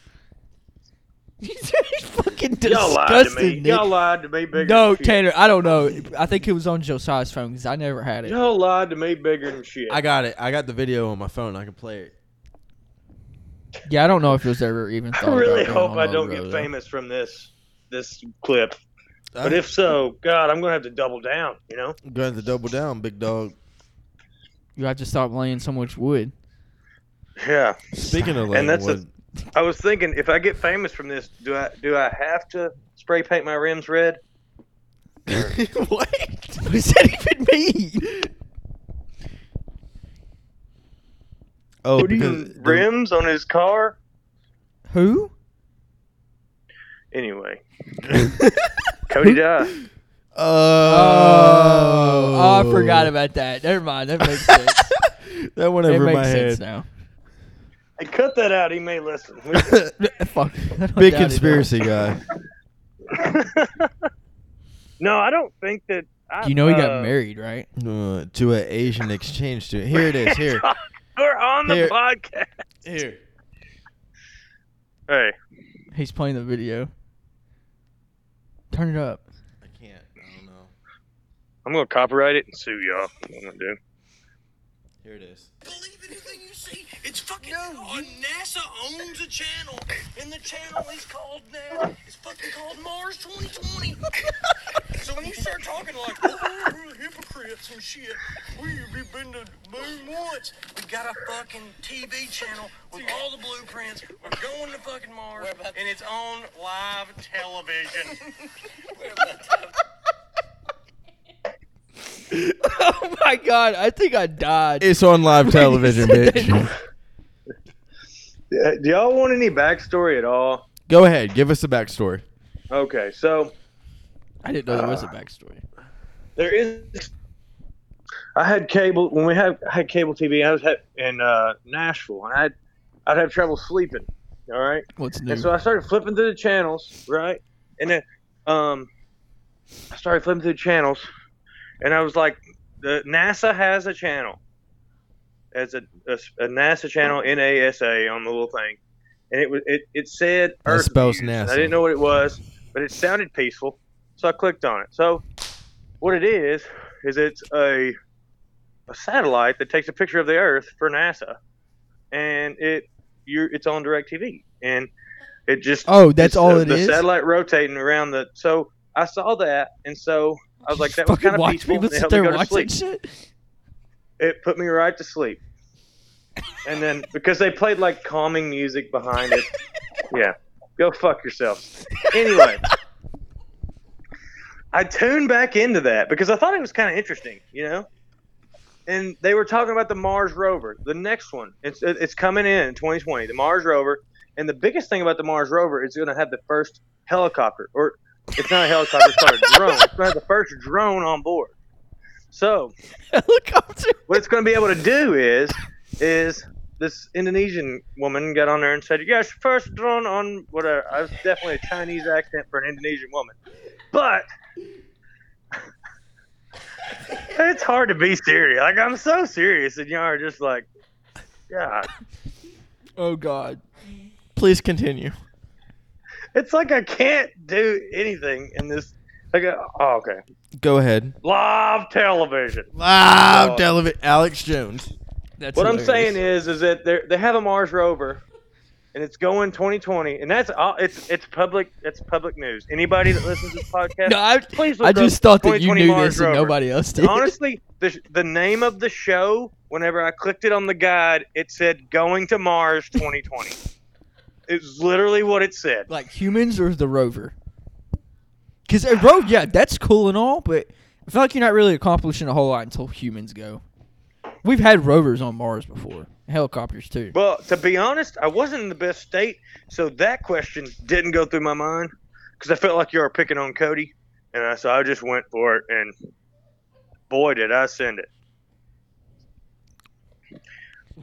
Speaker 1: He's fucking disgusting.
Speaker 5: Y'all lied to me.
Speaker 1: Nick.
Speaker 5: Y'all lied to me bigger.
Speaker 1: No,
Speaker 5: than shit.
Speaker 1: Tanner, I don't know. I think it was on Josiah's phone because I never had it.
Speaker 5: Y'all lied to me bigger than shit.
Speaker 2: I got it. I got the video on my phone. I can play it.
Speaker 1: Yeah, I don't know if it was ever even.
Speaker 5: I
Speaker 1: thought
Speaker 5: really
Speaker 1: about
Speaker 5: hope
Speaker 1: going
Speaker 5: I
Speaker 1: on
Speaker 5: don't
Speaker 1: Love
Speaker 5: get
Speaker 1: Row, though.
Speaker 5: famous from this this clip. But
Speaker 2: I'm
Speaker 5: if so, God, I'm gonna have to double down. You know,
Speaker 2: gonna have to double down, big dog.
Speaker 1: You have to stop laying so much wood.
Speaker 5: yeah.
Speaker 2: Speaking of,
Speaker 5: And that's a-
Speaker 2: Linwood,
Speaker 5: I was thinking if I get famous from this, do I do I have to spray paint my rims red?
Speaker 1: what? What does that even mean?
Speaker 2: oh,
Speaker 5: Putting
Speaker 2: because the-
Speaker 5: rims on his car.
Speaker 1: Who?
Speaker 5: Anyway, Cody died.
Speaker 2: Oh,
Speaker 1: Oh, I forgot about that. Never mind. That makes sense.
Speaker 2: that went
Speaker 1: it
Speaker 2: over my
Speaker 1: makes
Speaker 2: head.
Speaker 1: sense now.
Speaker 5: Hey, cut that out. He may listen.
Speaker 1: Fuck. I don't
Speaker 2: Big
Speaker 1: doubt it, though.
Speaker 2: conspiracy guy.
Speaker 5: no, I don't think that. I,
Speaker 1: You know he
Speaker 5: uh,
Speaker 1: got married, right?
Speaker 2: Uh, to an Asian exchange student. Here it is.
Speaker 1: Oh
Speaker 2: Here.
Speaker 5: We're on the
Speaker 2: Here.
Speaker 5: podcast.
Speaker 2: Here.
Speaker 5: Hey,
Speaker 1: He's playing the video. Turn it up.
Speaker 2: I can't. I don't know.
Speaker 5: I'm gonna copyright it and sue y'all. That's what I'm gonna do.
Speaker 2: Here it is.
Speaker 6: believe anything you see. It's fucking uh, NASA owns a channel, and the channel is called now. It's fucking called Mars 2020. so when you start talking like, oh, we're hypocrites and shit, we've been to the moon once. We got a fucking TV channel with all the blueprints. We're going to fucking Mars, and it's on live television.
Speaker 1: Oh my god! I think I died.
Speaker 2: It's on live television, bitch.
Speaker 5: Uh, Do y'all want any backstory at all?
Speaker 2: Go ahead. Give us the backstory.
Speaker 5: Okay, so
Speaker 1: I didn't know there
Speaker 5: Uh,
Speaker 1: was a backstory.
Speaker 5: There is. I had cable when we had had cable TV. I was had, in uh, Nashville, and I'd I'd have trouble sleeping. All right,
Speaker 1: What's new?
Speaker 5: and so I started flipping through the channels, right, and then um, I started flipping through the channels, and I was like, the NASA has a channel, as a, a, a NASA channel, NASA on the little thing, and it was it it said
Speaker 2: That
Speaker 5: Earth
Speaker 2: spells
Speaker 5: views, and
Speaker 2: NASA.
Speaker 5: I didn't know what it was, but it sounded peaceful, so I clicked on it. So what it is is it's a a satellite that takes a picture of the Earth for NASA, and it you it's on Direct TV, and it just
Speaker 1: Oh, that's
Speaker 5: it's
Speaker 1: all
Speaker 5: the,
Speaker 1: it
Speaker 5: the
Speaker 1: is?
Speaker 5: satellite rotating around the so I saw that, and so I was like, that was
Speaker 1: fucking
Speaker 5: kind of
Speaker 1: watch
Speaker 5: peaceful.
Speaker 1: people
Speaker 5: and it
Speaker 1: sit
Speaker 5: helped me
Speaker 1: there
Speaker 5: go
Speaker 1: and
Speaker 5: to
Speaker 1: watch
Speaker 5: sleep.
Speaker 1: that shit.
Speaker 5: It put me right to sleep. And then because they played like calming music behind it, yeah, go fuck yourself. Anyway, I tuned back into that because I thought it was kind of interesting, you know. And they were talking about the Mars rover, the next one. It's it- it's coming in in 2020, the Mars rover. And the biggest thing about the Mars rover is going to have the first helicopter, or it's not a helicopter, it's called a drone. It's going to have the first drone on board. So
Speaker 1: Helicopter.
Speaker 5: what it's going to be able to do is is this Indonesian woman got on there and said, "Yes, first drone on whatever." I was definitely a Chinese accent for an Indonesian woman, but it's hard to be serious. Like I'm so serious, and y'all are just like, "Yeah."
Speaker 1: Oh God. Please continue.
Speaker 5: It's like I can't do anything in this. Like, oh, okay,
Speaker 2: Go ahead.
Speaker 5: live television.
Speaker 2: Live
Speaker 5: Oh.
Speaker 2: television. Alex Jones.
Speaker 1: That's
Speaker 5: what I'm saying is, is that they they have a Mars rover, and it's going 2020, and that's all. It's it's public. It's public news. Anybody that listens to this podcast,
Speaker 1: No, I,
Speaker 5: please. Look
Speaker 1: I
Speaker 5: up
Speaker 1: just thought that you
Speaker 5: 2020
Speaker 1: knew
Speaker 5: Mars
Speaker 1: this and
Speaker 5: rover.
Speaker 1: nobody else did.
Speaker 5: Honestly, the the name of the show. Whenever I clicked it on the guide, it said "Going to Mars 2020." it's literally what it said.
Speaker 1: like humans or the rover? Because a rover, yeah, that's cool and all, but I feel like you're not really accomplishing a whole lot until humans go. We've had rovers on Mars before, helicopters too.
Speaker 5: Well, to be honest, I wasn't in the best state, so that question didn't go through my mind because I felt like you were picking on Cody, and I, so I just went for it, and boy, did I send it!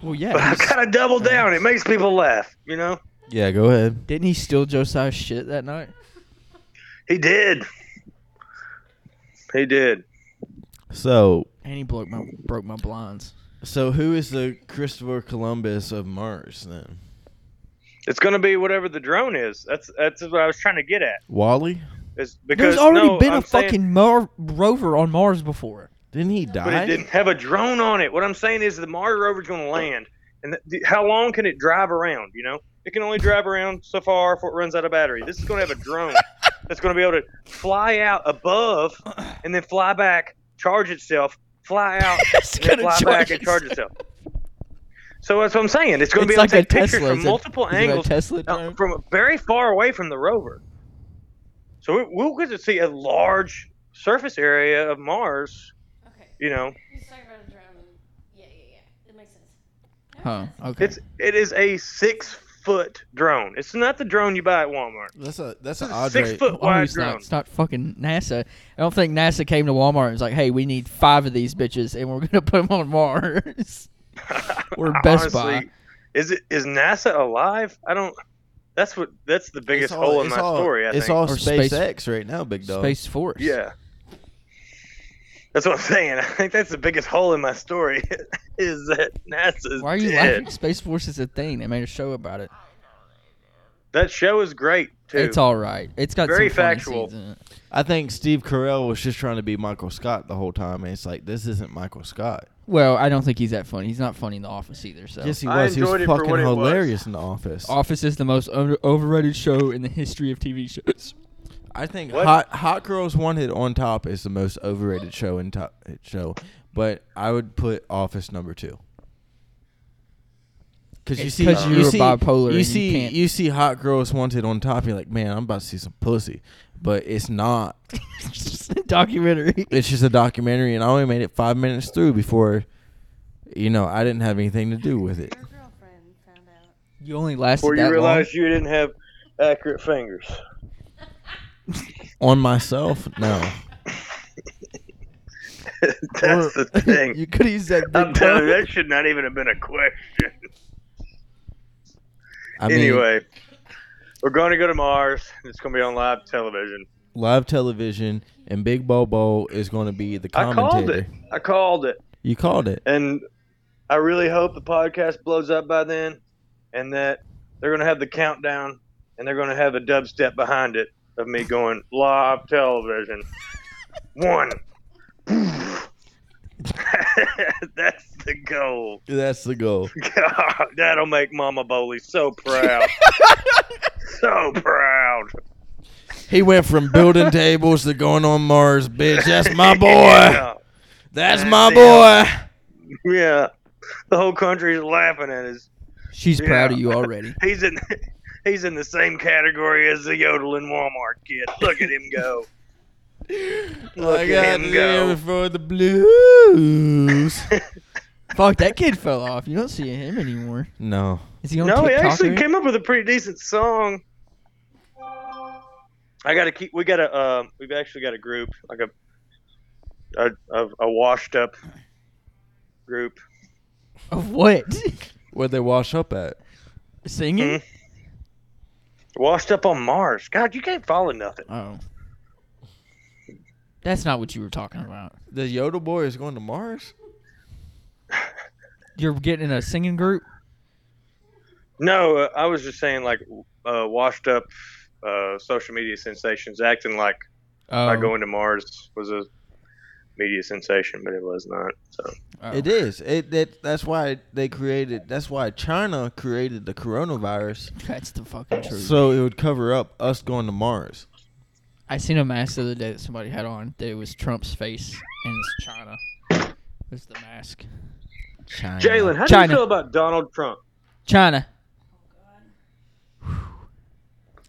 Speaker 1: Well,
Speaker 5: But
Speaker 1: yeah.
Speaker 5: I
Speaker 1: he's-
Speaker 5: kind of double down. It makes people laugh, you know.
Speaker 2: Yeah, go ahead.
Speaker 1: Didn't he steal Josiah's shit that night?
Speaker 5: He did. He did.
Speaker 2: So,
Speaker 1: And he broke my broke my blinds.
Speaker 2: so who is the Christopher Columbus of Mars then?
Speaker 5: It's gonna be whatever the drone is. That's that's what I was trying to get at.
Speaker 2: Wally?
Speaker 5: Is because
Speaker 1: There's already
Speaker 5: no,
Speaker 1: been
Speaker 5: I'm
Speaker 1: a
Speaker 5: saying-
Speaker 1: fucking Mar- rover on Mars before.
Speaker 2: Didn't he
Speaker 5: But it
Speaker 2: die?
Speaker 5: didn't have a drone on it. What I'm saying is the Mars rover's going to land, and th- how long can it drive around? You know, it can only drive around so far before it runs out of battery. This is going to have a drone that's going to be able to fly out above and then fly back, charge itself, fly out,
Speaker 1: It's
Speaker 5: and then
Speaker 1: gonna
Speaker 5: fly
Speaker 1: charge
Speaker 5: back and charge itself. So that's what I'm saying. It's going to
Speaker 1: It's
Speaker 5: be able
Speaker 1: like
Speaker 5: to
Speaker 1: a
Speaker 5: take pictures
Speaker 1: Tesla.
Speaker 5: from
Speaker 1: It's a-
Speaker 5: multiple
Speaker 1: is it a
Speaker 5: angles
Speaker 1: Tesla
Speaker 5: uh,
Speaker 1: drone?
Speaker 5: from very far away from the rover. So we- we'll get to see a large surface area of Mars.
Speaker 3: Okay.
Speaker 5: You know,
Speaker 3: He's talking about a drone. Yeah, yeah, yeah. It makes sense. That
Speaker 1: Huh?
Speaker 3: makes sense.
Speaker 1: Okay.
Speaker 5: It's it is a six foot drone. It's not the drone you buy at Walmart.
Speaker 2: That's a that's an
Speaker 5: It's a
Speaker 2: odd
Speaker 5: six
Speaker 2: rate.
Speaker 5: foot
Speaker 1: Oh,
Speaker 5: wide
Speaker 1: it's not.
Speaker 5: drone.
Speaker 1: It's not fucking NASA. I don't think NASA came to Walmart and was like, "Hey, we need five of these bitches, and we're gonna put them on Mars." Or Best Buy.
Speaker 5: Honestly, Is it is NASA alive? I don't. That's what. That's the biggest
Speaker 2: all-
Speaker 5: hole in
Speaker 2: it's
Speaker 5: my
Speaker 2: all-
Speaker 5: story. I
Speaker 2: it's
Speaker 5: think.
Speaker 2: all
Speaker 1: Or space-
Speaker 2: SpaceX right now, big dog.
Speaker 1: Space Force.
Speaker 5: Yeah. That's what I'm saying. I think that's the biggest hole in my story. is that NASA's
Speaker 1: Why are you
Speaker 5: dead.
Speaker 1: laughing? Space Force is a thing. They made a show about it.
Speaker 5: That show is great too.
Speaker 1: It's all right. It's got
Speaker 5: Very
Speaker 1: some funny
Speaker 5: factual.
Speaker 1: scenes in it.
Speaker 2: I think Steve Carell was just trying to be Michael Scott the whole time, and it's like this isn't Michael Scott.
Speaker 1: Well, I don't think he's that funny. He's not funny in The Office either. So,
Speaker 2: Yes, he
Speaker 5: I
Speaker 2: was. He was
Speaker 5: enjoyed it for
Speaker 2: fucking
Speaker 5: what it was.
Speaker 2: hilarious in the office.
Speaker 1: Office is the most under- overrated show in the history of TV shows.
Speaker 2: I think
Speaker 5: What?
Speaker 2: Hot Hot Girls Wanted on top is the most overrated show in top show, but I would put Office number two. Because you
Speaker 1: It's
Speaker 2: see,
Speaker 1: 'cause
Speaker 2: you
Speaker 1: you're
Speaker 2: see,
Speaker 1: bipolar and
Speaker 2: You
Speaker 1: you
Speaker 2: see,
Speaker 1: can't-
Speaker 2: you see, Hot Girls Wanted on top. You're like, man, I'm about to see some pussy, but it's not.
Speaker 1: It's just a documentary.
Speaker 2: It's just a documentary, and I only made it five minutes through before, you know, I didn't have anything to do with it.
Speaker 3: Your girlfriend found out.
Speaker 1: You only lasted
Speaker 5: Before you
Speaker 1: that long.
Speaker 5: realize you didn't have accurate fingers.
Speaker 2: On myself, no.
Speaker 5: that's
Speaker 1: Or-
Speaker 5: the thing.
Speaker 1: you could use that.
Speaker 5: I'm
Speaker 1: Big
Speaker 5: telling you,
Speaker 1: dog.
Speaker 5: that should not even have been a question.
Speaker 2: I mean,
Speaker 5: anyway, we're going to go to Mars. It's going to be on live television.
Speaker 2: live television and Big Bobo is going to be the
Speaker 5: I called
Speaker 2: commentator.
Speaker 5: it. I called it,
Speaker 2: You called it.
Speaker 5: and I really hope the podcast blows up by then, and that they're going to have the countdown, and they're going to have a dubstep behind it of me going live television. One. That's the goal.
Speaker 2: That's the goal.
Speaker 5: God, that'll make Mama Boley so proud. so proud.
Speaker 2: He went from building tables to going on Mars, bitch. That's my boy.
Speaker 4: Yeah.
Speaker 2: That's
Speaker 4: That's
Speaker 2: my
Speaker 4: him.
Speaker 2: boy.
Speaker 4: Yeah. The whole country's laughing at us.
Speaker 1: She's proud of
Speaker 4: Yeah.
Speaker 1: you already.
Speaker 4: He's in he's in the same category as the yodeling Walmart kid. Look at him go. Look
Speaker 2: I
Speaker 4: at
Speaker 2: got
Speaker 4: him
Speaker 2: him
Speaker 4: go.
Speaker 2: for the blues.
Speaker 1: Fuck, that kid fell off. You don't see him anymore.
Speaker 2: no.
Speaker 1: Is he on
Speaker 4: No, he
Speaker 1: TikTok?
Speaker 4: actually
Speaker 1: or-
Speaker 4: came up with a pretty decent song. I gotta keep. We gotta. Um, we've actually got a group, like a a, a, a washed up group.
Speaker 1: Of what?
Speaker 2: Where'd they wash up at?
Speaker 4: Mm.
Speaker 1: Singing?
Speaker 4: Washed up on Mars. God, you can't follow nothing.
Speaker 1: Oh. That's not what you were talking about.
Speaker 2: The Yodel boy is going to Mars?
Speaker 1: You're getting in a singing group?
Speaker 4: No, uh, I was just saying, like, uh, washed up uh, social media sensations acting like
Speaker 1: Oh.
Speaker 4: like going to Mars was a media sensation, but it was not. So
Speaker 1: oh.
Speaker 2: It is. It that that's why they created that's why China created the coronavirus
Speaker 1: That's the fucking truth.
Speaker 2: so it would cover up us going to Mars.
Speaker 1: I seen a mask the other day that somebody had on. That it was Trump's face and it's China. It's the mask.
Speaker 2: China.
Speaker 4: Jalen, how do
Speaker 1: China.
Speaker 4: you feel about Donald Trump?
Speaker 1: China.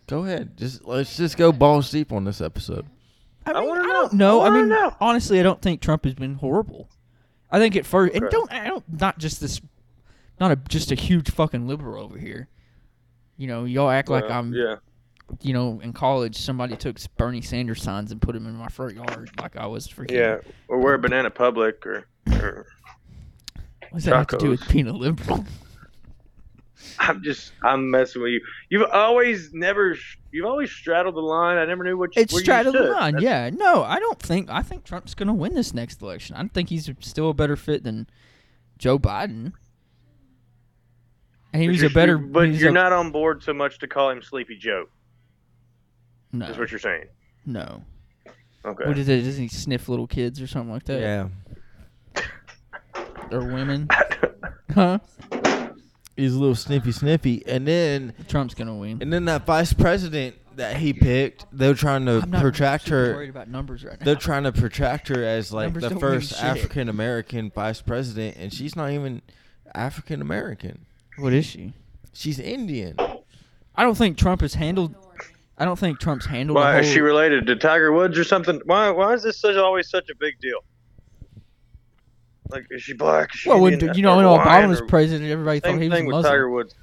Speaker 2: Go ahead. Just let's just go balls deep on this episode.
Speaker 1: I,
Speaker 4: I
Speaker 1: mean,
Speaker 4: wanna
Speaker 1: I
Speaker 4: know.
Speaker 1: don't know.
Speaker 4: I
Speaker 1: I,
Speaker 4: wanna
Speaker 1: mean,
Speaker 4: know.
Speaker 1: honestly, I don't think Trump has been horrible. I think at first, and
Speaker 4: Okay.
Speaker 1: don't I don't not just this, not a just a huge fucking liberal over here. You know, y'all act like
Speaker 4: Uh,
Speaker 5: Um,
Speaker 1: I'm.
Speaker 4: yeah.
Speaker 1: You know, in college, somebody took Bernie Sanders signs and put them in my front yard, like I was freaking.
Speaker 4: Yeah, or we're a banana public, or, or
Speaker 1: What does that have to do with
Speaker 4: Tacos.
Speaker 1: being a liberal?
Speaker 4: I'm just I'm messing with you. You've always never you've always straddled the line. I never knew what you,
Speaker 1: It's
Speaker 4: where
Speaker 1: straddled
Speaker 4: you
Speaker 1: the
Speaker 4: stood.
Speaker 1: line.
Speaker 4: That's-
Speaker 1: Yeah, no, I don't think. I think Trump's gonna win this next election. I think he's still a better fit than Joe Biden. And he
Speaker 4: but
Speaker 1: was a
Speaker 4: you're-
Speaker 1: better.
Speaker 4: you- but
Speaker 1: he's
Speaker 4: you're
Speaker 1: a-
Speaker 4: not on board so much to call him Sleepy Joe.
Speaker 1: No,
Speaker 4: Is what you're saying?
Speaker 1: no.
Speaker 4: Okay.
Speaker 1: What is it? Doesn't he sniff little kids or something like that?
Speaker 2: Yeah.
Speaker 1: Or women? huh?
Speaker 2: He's a little sniffy sniffy. And then
Speaker 1: Trump's gonna win.
Speaker 2: and then that vice president that he picked, they're trying to
Speaker 1: I'm not
Speaker 2: protract
Speaker 1: super
Speaker 2: her
Speaker 1: Worried about numbers right now.
Speaker 2: they're trying to protract her as like
Speaker 1: Numbers
Speaker 2: the
Speaker 1: don't mean
Speaker 2: first
Speaker 1: shit.
Speaker 2: African American vice president, and she's not even African American.
Speaker 1: what is she?
Speaker 2: She's Indian.
Speaker 1: I don't think Trump has handled. I don't think Trump's handled. the
Speaker 4: why
Speaker 1: whole,
Speaker 4: is she related to Tiger Woods or something? Why why is this such always such a big deal? Like is she black? Is she
Speaker 1: well, when,
Speaker 4: Indian,
Speaker 1: you know, when
Speaker 4: or Hawaiian,
Speaker 1: Obama was
Speaker 4: or-
Speaker 1: president, everybody thought
Speaker 4: Same
Speaker 1: he was
Speaker 4: thing with
Speaker 1: Muslim.
Speaker 4: Tiger Woods.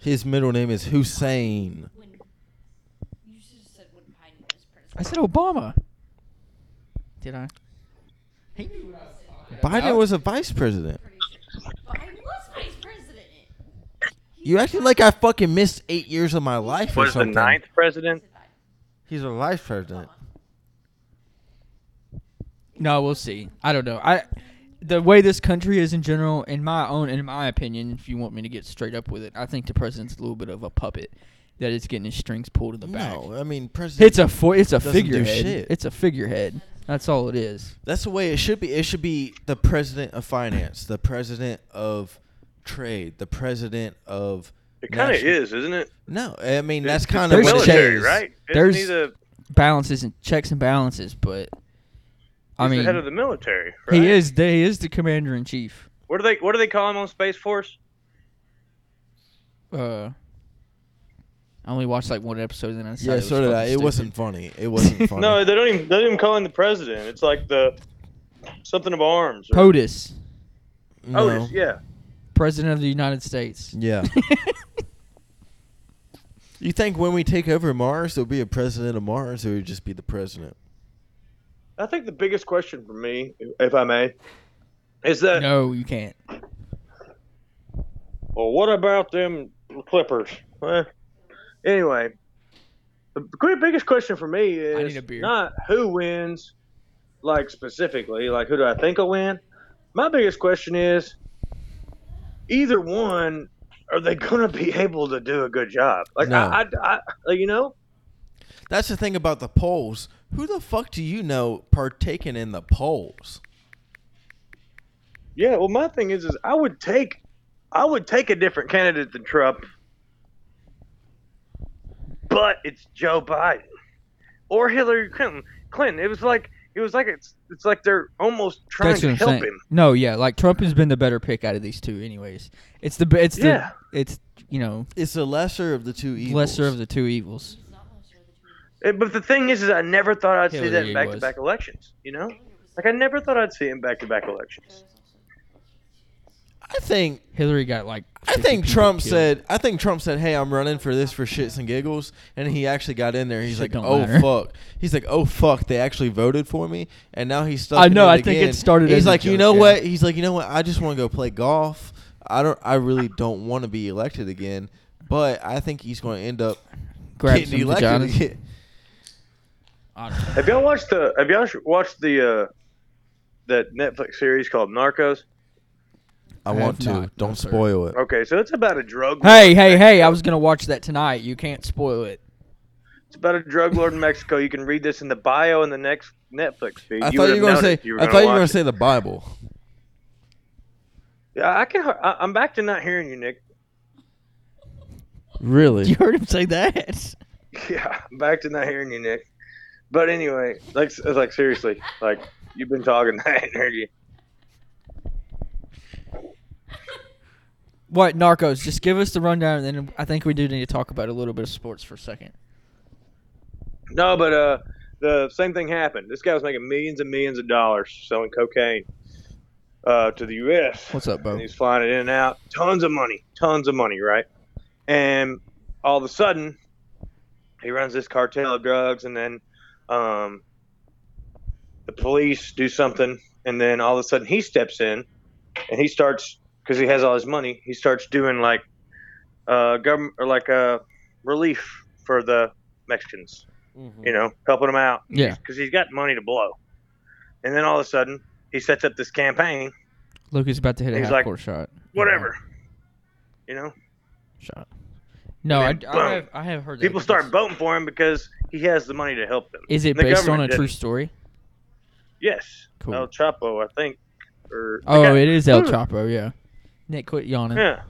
Speaker 2: His middle name is Hussein.
Speaker 5: When you should have said when Biden was president.
Speaker 1: I said Obama. Did I? He knew what I was talking
Speaker 2: Biden was a vice president.
Speaker 5: Biden was vice president.
Speaker 2: You acting like I fucking missed eight years of my life or
Speaker 4: Was the
Speaker 2: something.
Speaker 4: ninth president?
Speaker 2: He's a vice president.
Speaker 1: No, we'll see. I don't know. I the way this country is in general, in my own, in my opinion, if you want me to get straight up with it, I think the president's a little bit of a puppet that is getting his strings pulled in the back.
Speaker 2: No, I mean president.
Speaker 1: It's a fo- it's a
Speaker 2: Doesn't do
Speaker 1: figurehead.
Speaker 2: shit.
Speaker 1: It's a figurehead. That's all it is.
Speaker 2: That's the way it should be. It should be the president of finance, the president of trade, the president of.
Speaker 4: It kind of
Speaker 2: national-
Speaker 4: is, isn't it?
Speaker 2: No, I mean that's
Speaker 4: It's
Speaker 2: kind of
Speaker 1: there's
Speaker 2: what it
Speaker 4: military,
Speaker 2: is.
Speaker 4: right?
Speaker 1: There's-
Speaker 4: Isn't he the,
Speaker 1: Balances and checks and balances, but I
Speaker 4: he's
Speaker 1: mean,
Speaker 4: the head of the military, right?
Speaker 1: he is the, he is the commander in chief.
Speaker 4: What do they What do they call him on Space Force?
Speaker 1: Uh, I only watched like one episode, and then I decided
Speaker 2: Yeah,
Speaker 1: it was
Speaker 2: sort of
Speaker 1: fucking
Speaker 2: that. It
Speaker 1: stupid.
Speaker 2: wasn't funny. It wasn't funny.
Speaker 4: No, they don't even they don't even call him the president. It's like the something of arms. Or,
Speaker 1: POTUS,
Speaker 5: Oh,
Speaker 2: No.
Speaker 4: Otis, yeah.
Speaker 1: President of the United States.
Speaker 2: Yeah. you think when we take over Mars, there'll be a president of Mars, or it'll just be the president?
Speaker 4: I think the biggest question for me, if I may, is that
Speaker 1: No, you can't.
Speaker 4: well, what about them Clippers? Well, anyway, the qu- biggest question for me
Speaker 1: I
Speaker 4: is
Speaker 1: need a beer.
Speaker 4: not who wins, like specifically, like who do I think will win. My biggest question is either one. Are they gonna be able to do a good job? Like
Speaker 2: No.
Speaker 4: I, I, I, like, you know,
Speaker 2: That's the thing about the polls. Who the fuck do you know partaking in the polls?
Speaker 4: Yeah, well, my thing is, is I would take, I would take a different candidate than Trump, but
Speaker 5: but it's Joe Biden or Hillary Clinton. Clinton. It was like it was like it's it's like they're almost trying
Speaker 1: That's what
Speaker 5: to
Speaker 1: I'm
Speaker 5: help
Speaker 1: saying.
Speaker 5: him.
Speaker 1: No, yeah, like Trump has been the better pick out of these two, anyways. It's the be- it's the
Speaker 5: Yeah.
Speaker 1: it's you know
Speaker 2: It's the lesser of the two evils.
Speaker 1: lesser of the two evils.
Speaker 5: Eh, But the thing is, is I never thought I'd see that
Speaker 1: Hillary
Speaker 5: in
Speaker 1: was.
Speaker 5: back-to-back elections. You know, like I never thought I'd see him back-to-back elections.
Speaker 2: I think
Speaker 1: Hillary got like.
Speaker 2: I
Speaker 1: 50
Speaker 2: think
Speaker 1: people
Speaker 2: Trump
Speaker 1: killed.
Speaker 2: said I think Trump said, "Hey, I'm running for this for shits and giggles," and he actually got in there. He's
Speaker 1: Shit
Speaker 2: like,
Speaker 1: don't
Speaker 2: "Oh
Speaker 1: matter."
Speaker 2: fuck!" He's like, "Oh fuck!" They actually voted for me, and now he's stuck.
Speaker 1: I
Speaker 2: in
Speaker 1: know,
Speaker 2: it
Speaker 1: I think it
Speaker 2: again.
Speaker 1: started
Speaker 2: He's
Speaker 1: as a
Speaker 2: like, you
Speaker 1: joke,
Speaker 2: know
Speaker 1: yeah.
Speaker 2: what? He's like, you know what? I just want to go play golf. I don't. I really don't want to be elected again. But I think he's going to end up
Speaker 1: Grab
Speaker 2: getting
Speaker 1: some
Speaker 2: elected
Speaker 1: vaginas.
Speaker 2: again.
Speaker 1: I don't know.
Speaker 5: Have y'all watched the? Have y'all sh- watched the? uh that Netflix series called Narcos.
Speaker 2: I
Speaker 1: I
Speaker 2: want
Speaker 1: have
Speaker 2: to.
Speaker 1: not.
Speaker 2: Don't
Speaker 1: No, sir.
Speaker 2: spoil it.
Speaker 5: Okay, so it's about a drug.
Speaker 1: Hey, hey, hey! I was gonna watch that tonight. You can't spoil it.
Speaker 5: It's about a drug lord in Mexico. You can read this in the bio in the next Netflix feed.
Speaker 2: I thought
Speaker 5: would
Speaker 2: you were going to
Speaker 5: have known
Speaker 2: say.
Speaker 5: if you were
Speaker 2: I thought you were
Speaker 5: watch
Speaker 2: going
Speaker 5: it.
Speaker 2: to say the Bible.
Speaker 5: Yeah, I can. I, I'm back to not hearing you, Nick.
Speaker 2: Really?
Speaker 1: You heard him say that.
Speaker 5: Yeah, I'm back to not hearing you, Nick. But anyway, like, s- like seriously, like you've been talking, I ain't heard you.
Speaker 1: What Narcos? Just give us the rundown, and then I think we do need to talk about a little bit of sports for a second.
Speaker 5: No, but uh, the same thing happened. This guy was making millions and millions of dollars selling cocaine uh, to the U.S.
Speaker 1: What's up, Bo?
Speaker 5: And he's flying it in and out, tons of money, tons of money, right? And all of a sudden, he runs this cartel of drugs, and then um, the police do something, and then all of a sudden he steps in, and he starts because he has all his money. He starts doing like uh, government or like uh, relief for the Mexicans, you know, helping them out
Speaker 1: Yeah,
Speaker 5: because he's got money to blow. And then all of a sudden, he sets up this campaign,
Speaker 1: Luke is about to hit a
Speaker 5: He's
Speaker 1: half
Speaker 5: like,
Speaker 1: court shot.
Speaker 5: whatever. You know,
Speaker 1: shot. No, I,
Speaker 5: And then
Speaker 1: I
Speaker 5: boom.
Speaker 1: have I have heard that.
Speaker 5: people start voting for him because he has the money to help them.
Speaker 1: Is it
Speaker 5: The
Speaker 1: based on a
Speaker 5: government
Speaker 1: true
Speaker 5: didn't.
Speaker 1: story?
Speaker 5: Yes.
Speaker 1: Cool.
Speaker 5: El Chapo, I think. Or
Speaker 1: Oh,
Speaker 5: Okay.
Speaker 1: it is El
Speaker 5: Ooh.
Speaker 1: Chapo. Yeah. Nick, quit yawning.
Speaker 5: Yeah.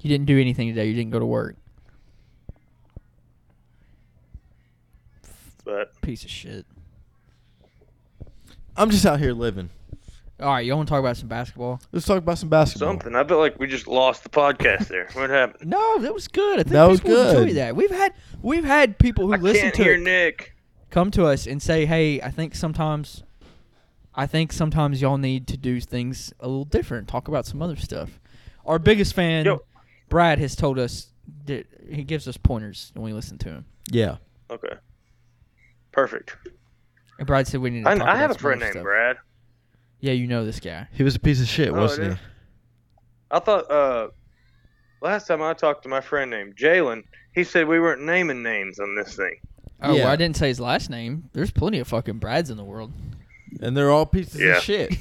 Speaker 1: You didn't do anything today. You didn't go to work.
Speaker 5: But
Speaker 1: Piece of shit.
Speaker 2: I'm just out here living.
Speaker 1: All right, you want to talk about some basketball?
Speaker 2: Let's talk about some basketball.
Speaker 5: something. I feel like we just lost the podcast there. What happened?
Speaker 1: No, that was good. I think
Speaker 2: That was
Speaker 1: people enjoy
Speaker 2: good.
Speaker 1: that. We've had we've had people who
Speaker 5: I
Speaker 1: listen
Speaker 5: can't
Speaker 1: to
Speaker 5: hear
Speaker 1: it
Speaker 5: Nick.
Speaker 1: come to us and say, "Hey, I think sometimes, I think sometimes y'all need to do things a little different. Talk about some other stuff." Our biggest fan,
Speaker 5: Yo.
Speaker 1: Brad, has told us that he gives us pointers when we listen to him.
Speaker 2: Yeah.
Speaker 5: Okay. Perfect.
Speaker 1: And Brad said we need to.
Speaker 5: I,
Speaker 1: talk
Speaker 5: I have a
Speaker 1: about some
Speaker 5: friend
Speaker 1: other
Speaker 5: named
Speaker 1: stuff.
Speaker 5: Brad.
Speaker 1: Yeah, you know this guy.
Speaker 2: He was a piece of shit,
Speaker 5: Oh,
Speaker 2: wasn't
Speaker 5: it
Speaker 2: he?
Speaker 5: is. I thought uh, last time I talked to my friend named Jalen, he said we weren't naming names on this thing.
Speaker 1: Oh,
Speaker 2: Yeah.
Speaker 1: well, I didn't say his last name. There's plenty of fucking Brads in the world.
Speaker 2: And they're all pieces
Speaker 5: Yeah.
Speaker 2: of shit.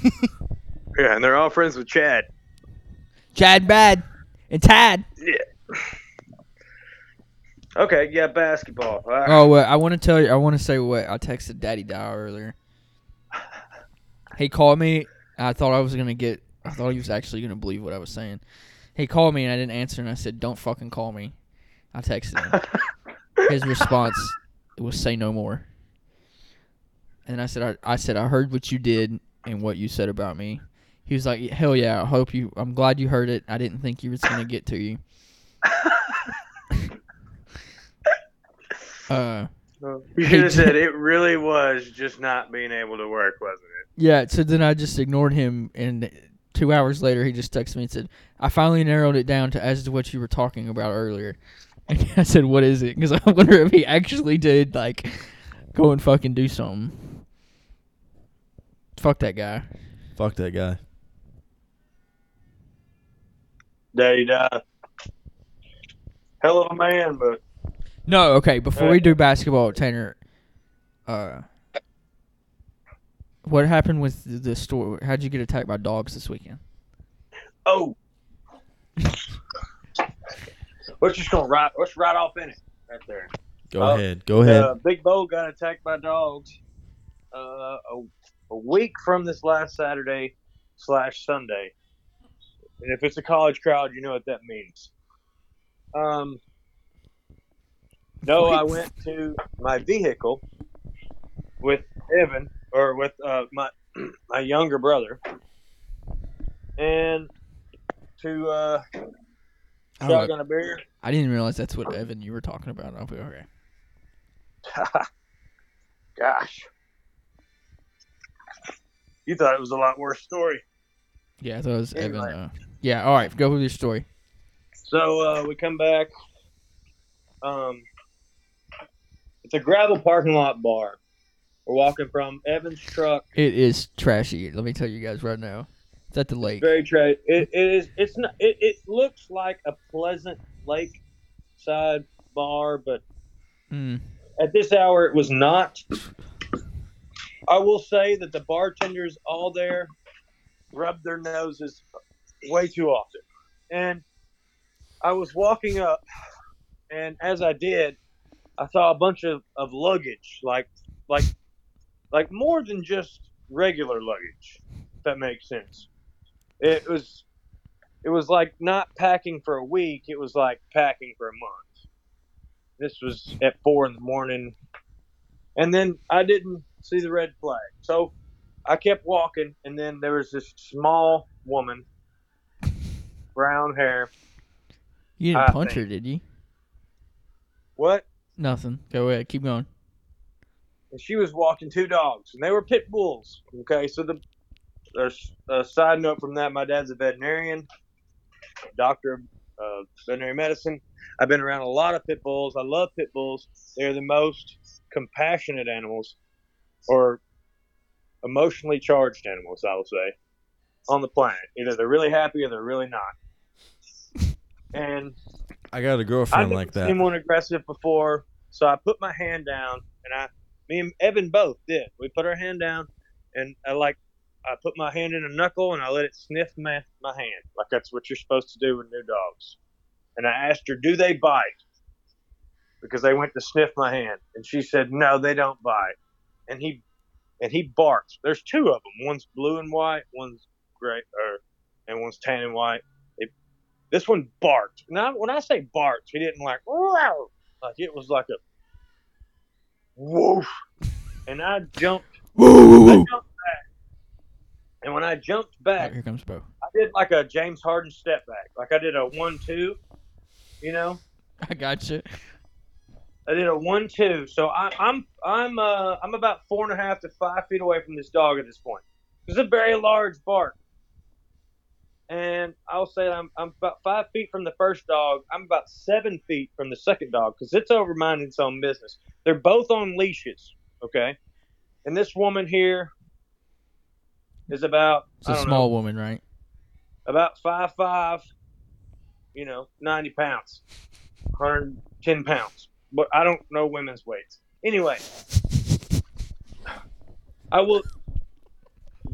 Speaker 5: Yeah, and they're all friends with Chad.
Speaker 1: Chad, Brad, and Tad.
Speaker 5: Yeah. Okay, yeah, basketball. All right.
Speaker 1: Oh, well, I want to tell you. I want to say what I texted Daddy Dow earlier. He called me. I thought I was gonna get. I thought he was actually gonna believe what I was saying. He called me and I didn't answer, and I said, "Don't fucking call me." I texted him. His response was, "Say no more." And I said, I, "I said I heard what you did and what you said about me." He was like, "Hell yeah! I hope you. I'm glad you heard it. I didn't think you was gonna get to you." uh.
Speaker 5: You should have said it really was just not being able to work, wasn't it?
Speaker 1: Yeah, so then I just ignored him, and two hours later, he just texted me and said, "I finally narrowed it down to as to what you were talking about earlier." And I said, "What is it?" Because I wonder if he actually did like go and fucking do something. Fuck that guy.
Speaker 2: Fuck that guy.
Speaker 5: Daddy died. Hell of a man, but
Speaker 1: No, okay. Before we
Speaker 5: Alright.
Speaker 1: do basketball, Tanner, uh, what happened with the- the store? How'd you get attacked by dogs this weekend?
Speaker 5: oh, what's just gonna right? What's right off in it? Right there.
Speaker 2: Go
Speaker 5: Oh,
Speaker 2: ahead. Go ahead.
Speaker 5: Uh, Big Bo got attacked by dogs uh, a, a week from this last Saturday slash Sunday. And if it's a college crowd, you know what that means. Um,
Speaker 4: No, I went to my vehicle with Evan or with uh, my my younger brother, and to uh,
Speaker 1: I, don't know.
Speaker 4: shotgun a beer.
Speaker 1: I didn't realize that's what Evan you were talking about. I'll be okay.
Speaker 4: Gosh, you thought it was a lot worse story.
Speaker 1: Yeah, I thought it was Evan.
Speaker 4: Anyway.
Speaker 1: Uh, yeah, all right, go with your story.
Speaker 4: So uh, we come back. Um, it's a gravel parking lot bar. We're walking from Evan's truck.
Speaker 1: It is trashy. Let me tell you guys right now. It's at the lake.
Speaker 4: Very tra It, it is. It's not. It, it looks like a pleasant lake side bar, but
Speaker 1: Mm.
Speaker 4: at this hour it was not. I will say that the bartenders all there rub their noses way too often. And I was walking up, and as I did, I saw a bunch of, of luggage, like like like more than just regular luggage. If that makes sense. It was it was like not packing for a week. It was like packing for a month this was at four in the morning and then i didn't see the red flag so i kept walking and then there was this small woman brown hair
Speaker 1: You didn't
Speaker 4: I
Speaker 1: punch her,
Speaker 4: think-
Speaker 1: did you?
Speaker 4: what
Speaker 1: Nothing. Go ahead. Keep going.
Speaker 4: and she was walking two dogs and they were pit bulls okay so the there's a side note from that my dad's a veterinarian doctor of uh, veterinary medicine i've been around a lot of pit bulls i love pit bulls they're the most compassionate animals or emotionally charged animals i will say on the planet either they're really happy or they're really not and
Speaker 2: I got a
Speaker 4: I've
Speaker 2: girlfriend
Speaker 4: never
Speaker 2: like that.
Speaker 4: seen one aggressive before, so I put my hand down, and I, me and Evan both did. We put our hand down, and I like, I put my hand in a knuckle, and I let it sniff my my hand, like that's what you're supposed to do with new dogs. And I asked her, "Do they bite?" Because they went to sniff my hand, and she said, "No, they don't bite." And he, and he barks. There's two of them. One's blue and white. One's gray, or, and one's tan and white. This one barked. Now, when I say barked, he didn't like "Wow." like it was like a woof, and I jumped. I jumped back, and when I jumped
Speaker 1: Oh,
Speaker 4: back,
Speaker 1: here comes Bo.
Speaker 4: I did like a James Harden step back, like I did a one-two, you know.
Speaker 1: I gotcha.
Speaker 4: I did a one-two, so I, I'm I'm uh, I'm about four and a half to five feet away from this dog at this point. It's a very large bark, and I'll say I'm I'm about five feet from the first dog. I'm about seven feet from the second dog because it's over minding its own business. They're both on leashes, okay. And this woman here is about
Speaker 1: It's
Speaker 4: I
Speaker 1: a
Speaker 4: don't
Speaker 1: small
Speaker 4: know,
Speaker 1: woman, right?
Speaker 4: about five five, you know, ninety pounds, hundred ten pounds. But I don't know women's weights. Anyway, I will.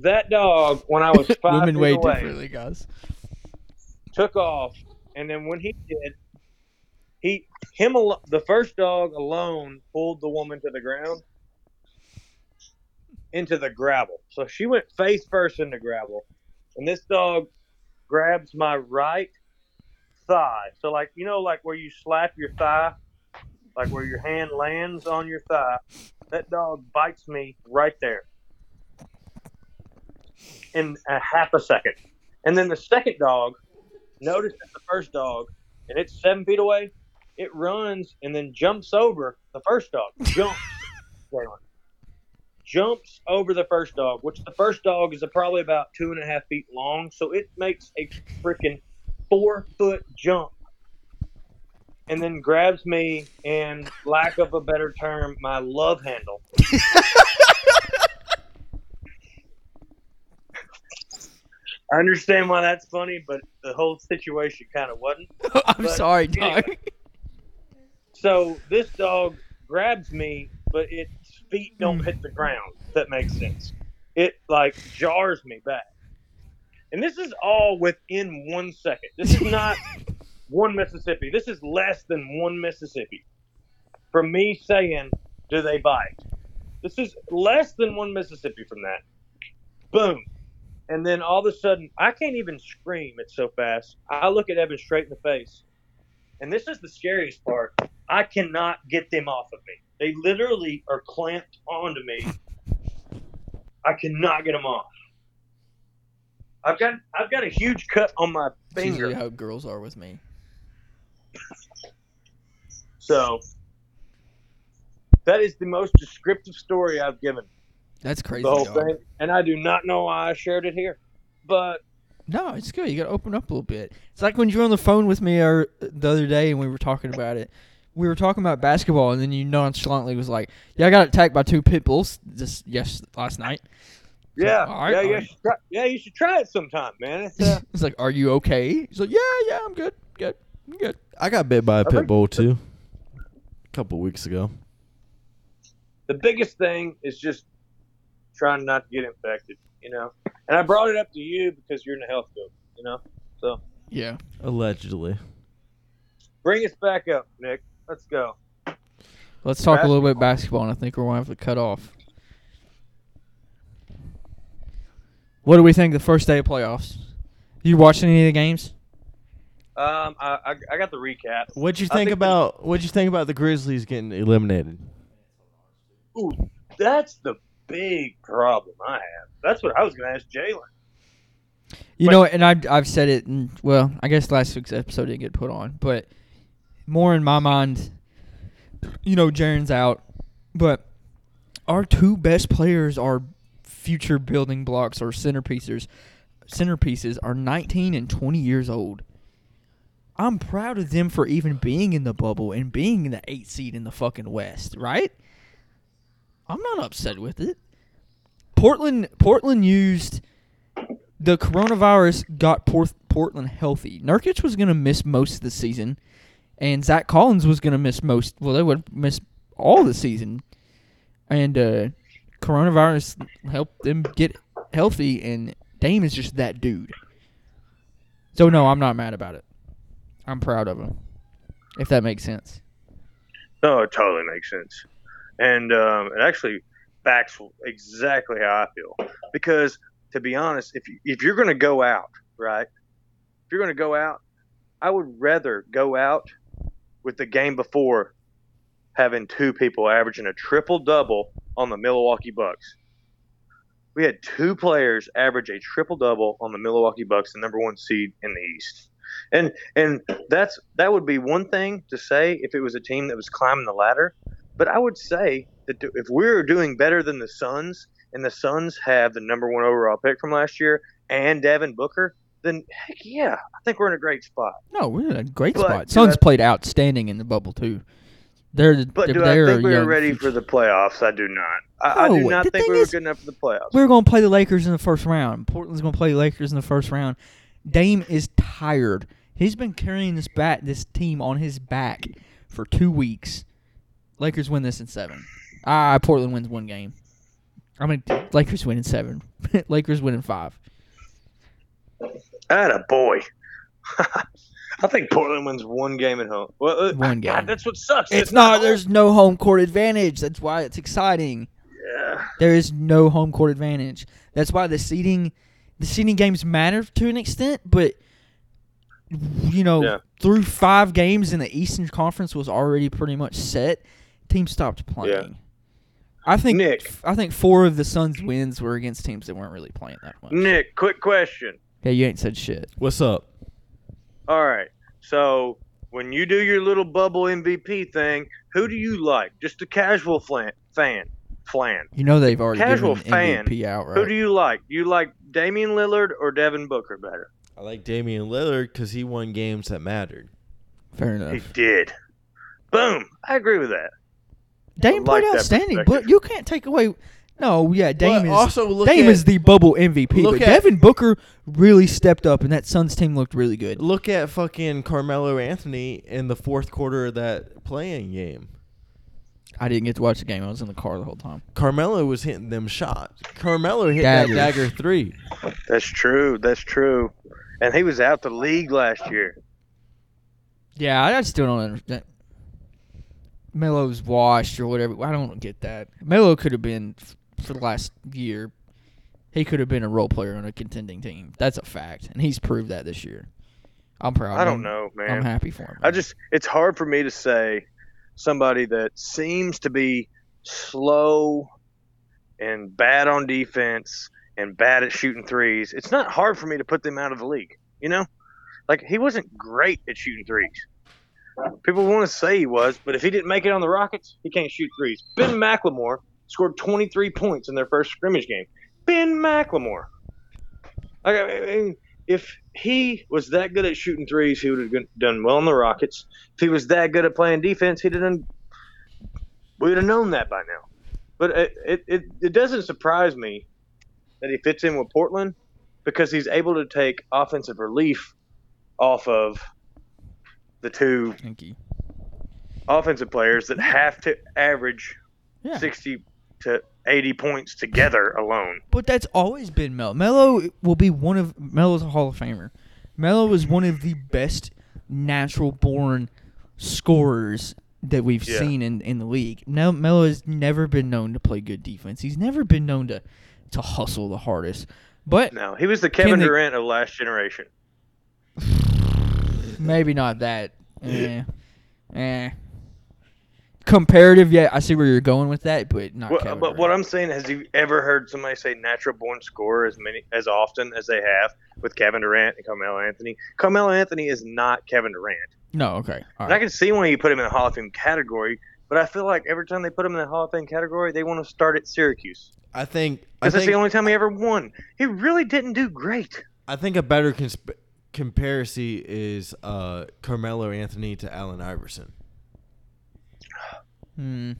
Speaker 4: That dog, when I was five
Speaker 1: Women
Speaker 4: feet
Speaker 1: weigh
Speaker 4: away,
Speaker 1: differently, guys.
Speaker 4: took off, and then when he did, he him al- the first dog alone pulled the woman to the ground into the gravel. So she went face first into gravel, and this dog grabs my right thigh. So like you know, like where you slap your thigh, like where your hand lands on your thigh. That dog bites me right there in a half a second. And then the second dog notices the first dog, and it's seven feet away. It runs and then jumps over the first dog. Jumps, Jalen. Jumps over the first dog, which the first dog is probably about two and a half feet long, so it makes a freaking four foot jump, and then grabs me and, lack of a better term, my love handle. I understand why that's funny, but the whole situation kind of wasn't.
Speaker 1: I'm
Speaker 4: But
Speaker 1: sorry,
Speaker 4: anyway.
Speaker 1: dog.
Speaker 4: So this dog grabs me, but its feet don't hit the ground. If that makes sense. It like jars me back. And this is all within one second. This is not one Mississippi. This is less than one Mississippi. From me saying, do they bite? This is less than one Mississippi from that. Boom. And then all of a sudden, I can't even scream. It's so fast. I look at Evan straight in the face. And this is the scariest part. I cannot get them off of me. They literally are clamped onto me. I cannot get them off. I've got I've got a huge cut on my
Speaker 1: It's usually
Speaker 4: finger.
Speaker 1: how girls are with me.
Speaker 4: So that is the most descriptive story I've given
Speaker 1: That's crazy.
Speaker 4: the whole
Speaker 1: dog.
Speaker 4: thing, and I do not know why I shared it here. But
Speaker 1: No, it's good. You got to open up a little bit. It's like when you were on the phone with me or uh, the other day and we were talking about it. We were talking about basketball, and then you nonchalantly was like, "Yeah, I got attacked by two pit bulls this yes last night."
Speaker 4: yeah,
Speaker 1: all right,
Speaker 4: yeah,
Speaker 1: all
Speaker 4: you
Speaker 1: right.
Speaker 4: should try, yeah, you should try it sometime, man. It's, uh,
Speaker 1: it's like, "Are you okay?" He's like, "Yeah, yeah, I'm good, good, I'm good."
Speaker 2: I got bit by a pit
Speaker 4: think-
Speaker 2: bull too, a couple weeks ago.
Speaker 4: the biggest thing is just trying not to get infected, you know. And I brought it up to you because you're in the health field, you know. So
Speaker 1: Yeah,
Speaker 2: Allegedly.
Speaker 4: bring us back up, Nick. Let's go.
Speaker 1: let's talk a little bit basketball, and I think we're gonna have to cut off. What do we think the first day of playoffs? You watching any of the games?
Speaker 4: Um, I, I, I got the recap.
Speaker 2: What'd you
Speaker 4: I think
Speaker 2: think
Speaker 4: the-
Speaker 2: about what'd you think about the Grizzlies getting eliminated?
Speaker 4: Ooh, that's the big problem I have. That's what I was gonna ask Jalen.
Speaker 1: You
Speaker 4: But-
Speaker 1: know, and I've, I've said it, and well, I guess last week's episode didn't get put on, but more in my mind, you know, Jaron's out, but our two best players are future building blocks or centerpieces. Centerpieces are 19 and 20 years old. I'm proud of them for even being in the bubble and being in the eight seed in the fucking West, right? I'm not upset with it. Portland, Portland used the coronavirus got Port- Portland healthy. Nurkic was going to miss most of the season, and Zach Collins was going to miss most. Well, they would miss all the season, and uh, coronavirus helped them get healthy. And Dame is just that dude. So no, I'm not mad about it. I'm proud of him. If that makes sense.
Speaker 4: No, it totally makes sense, and um, it actually backs exactly how I feel. Because to be honest, if you, if you're going to go out, right? If you're going to go out, I would rather go out with the game before having two people averaging a triple double on the Milwaukee Bucks. We had two players average a triple double on the Milwaukee Bucks, the number one seed in the East. And and that's that would be one thing to say if it was a team that was climbing the ladder, but I would say that if we're doing better than the Suns and the Suns have the number one overall pick from last year and Devin Booker, then heck yeah, I think we're in a great spot.
Speaker 1: No, we're in a great
Speaker 4: But
Speaker 1: spot.
Speaker 4: do
Speaker 1: Suns
Speaker 4: I-
Speaker 1: played outstanding in the bubble too. They're
Speaker 4: But do I
Speaker 1: they're
Speaker 4: think we
Speaker 1: young
Speaker 4: were ready
Speaker 1: future.
Speaker 4: for the playoffs? I do not. I, I
Speaker 1: No,
Speaker 4: do not
Speaker 1: the
Speaker 4: think
Speaker 1: thing
Speaker 4: we were
Speaker 1: is-
Speaker 4: good enough for the playoffs.
Speaker 1: We're going to play the Lakers in the first round. Portland's going to play the Lakers in the first round. Dame is tired. He's been carrying this bat, this team on his back for two weeks. Lakers win this in seven. Ah, Portland wins one game. I mean, Lakers win in seven. Lakers win in five.
Speaker 4: Atta boy. I think Portland wins one game at home. Well, uh,
Speaker 1: One
Speaker 4: God,
Speaker 1: game.
Speaker 4: that's what sucks.
Speaker 1: It's not. There's no home court advantage. That's why it's exciting.
Speaker 4: Yeah.
Speaker 1: There is no home court advantage. That's why the seeding, the seeding games matter to an extent, but you know,
Speaker 4: Yeah.
Speaker 1: through five games in the Eastern Conference was already pretty much set. Teams stopped playing. I think
Speaker 4: Nick.
Speaker 1: I think four of the Suns' wins were against teams that weren't really playing that much.
Speaker 4: Nick, quick question.
Speaker 1: Yeah, you ain't said shit.
Speaker 2: What's up?
Speaker 4: All right. So when you do your little bubble MVP thing, who do you like? Just a casual flan, fan. Flan.
Speaker 1: You know they've already
Speaker 4: Casual
Speaker 1: given him MVP out, right?
Speaker 4: Who do you like? Do you like Damian Lillard or Devin Booker better?
Speaker 2: I like Damian Lillard because he won games that mattered.
Speaker 1: Fair
Speaker 4: He
Speaker 1: enough.
Speaker 4: did. Boom. I agree with that.
Speaker 1: Dame
Speaker 4: like
Speaker 1: played
Speaker 4: that
Speaker 1: outstanding,
Speaker 4: perspective.
Speaker 1: but you can't take away. No, yeah, Dame is
Speaker 2: also look
Speaker 1: Dame
Speaker 2: at
Speaker 1: is the bubble MVP,
Speaker 2: look
Speaker 1: but
Speaker 2: at-
Speaker 1: Devin Booker really stepped up, and that Suns team looked really good.
Speaker 2: look at fucking Carmelo Anthony in the fourth quarter of that playing game.
Speaker 1: I didn't get to watch the game; I was in the car the whole time.
Speaker 2: Carmelo was hitting them shots. Carmelo hit
Speaker 1: Daggers.
Speaker 2: that dagger three.
Speaker 4: That's true. That's true. And he was out the league last year.
Speaker 1: Yeah, I, I still don't understand. Melo's washed or whatever. I don't get that. Melo could have been f- for the last year. He could have been a role player on a contending team. That's a fact, and he's proved that this year. I'm proud.
Speaker 4: I
Speaker 1: of
Speaker 4: don't
Speaker 1: him.
Speaker 4: know,
Speaker 1: I'm
Speaker 4: man.
Speaker 1: happy for him.
Speaker 4: I just it's hard for me to say somebody that seems to be slow and bad on defense and bad at shooting threes, it's not hard for me to put them out of the league. You know, like he wasn't great at shooting threes. People want to say he was, but if he didn't make it on the Rockets, he can't shoot threes. Ben McLemore scored 23 points in their first scrimmage game. Ben McLemore. Like, I mean, if he was that good at shooting threes, he would have done well on the Rockets. If he was that good at playing defense, he'd have done. We'd have known that by now. But it, it, it, it doesn't surprise me that he fits in with Portland because he's able to take offensive relief off of the two
Speaker 1: Thank you.
Speaker 4: offensive players that have to average
Speaker 1: Yeah.
Speaker 4: 60 to 80 points together alone.
Speaker 1: But that's always been Melo. Melo will be one of Melo's a Hall of Famer. Melo is one of the best natural born scorers that we've
Speaker 4: Yeah.
Speaker 1: seen in, in the league. Now Melo has never been known to play good defense. He's never been known to to hustle the hardest. But
Speaker 4: No, he was the Kevin
Speaker 1: they-
Speaker 4: Durant of last generation.
Speaker 1: maybe not that. Eh. Eh. Comparative, yeah, I see where you're going with that, but not
Speaker 4: Well,
Speaker 1: Kevin
Speaker 4: but what
Speaker 1: Durant.
Speaker 4: I'm saying, has you ever heard somebody say natural born scorer as many as often as they have with Kevin Durant and Carmelo Anthony? Carmelo Anthony is not Kevin Durant.
Speaker 1: No, okay. All
Speaker 4: And I
Speaker 1: right.
Speaker 4: can see why you put him in the Hall of Fame category, but I feel like every time they put him in the Hall of Fame category, they want to start at Syracuse.
Speaker 2: I think I
Speaker 4: Because that's
Speaker 2: think
Speaker 4: the only time he ever won. He really didn't do great.
Speaker 2: I think a better consp- comparison is uh, Carmelo Anthony to Allen Iverson.
Speaker 1: Hmm.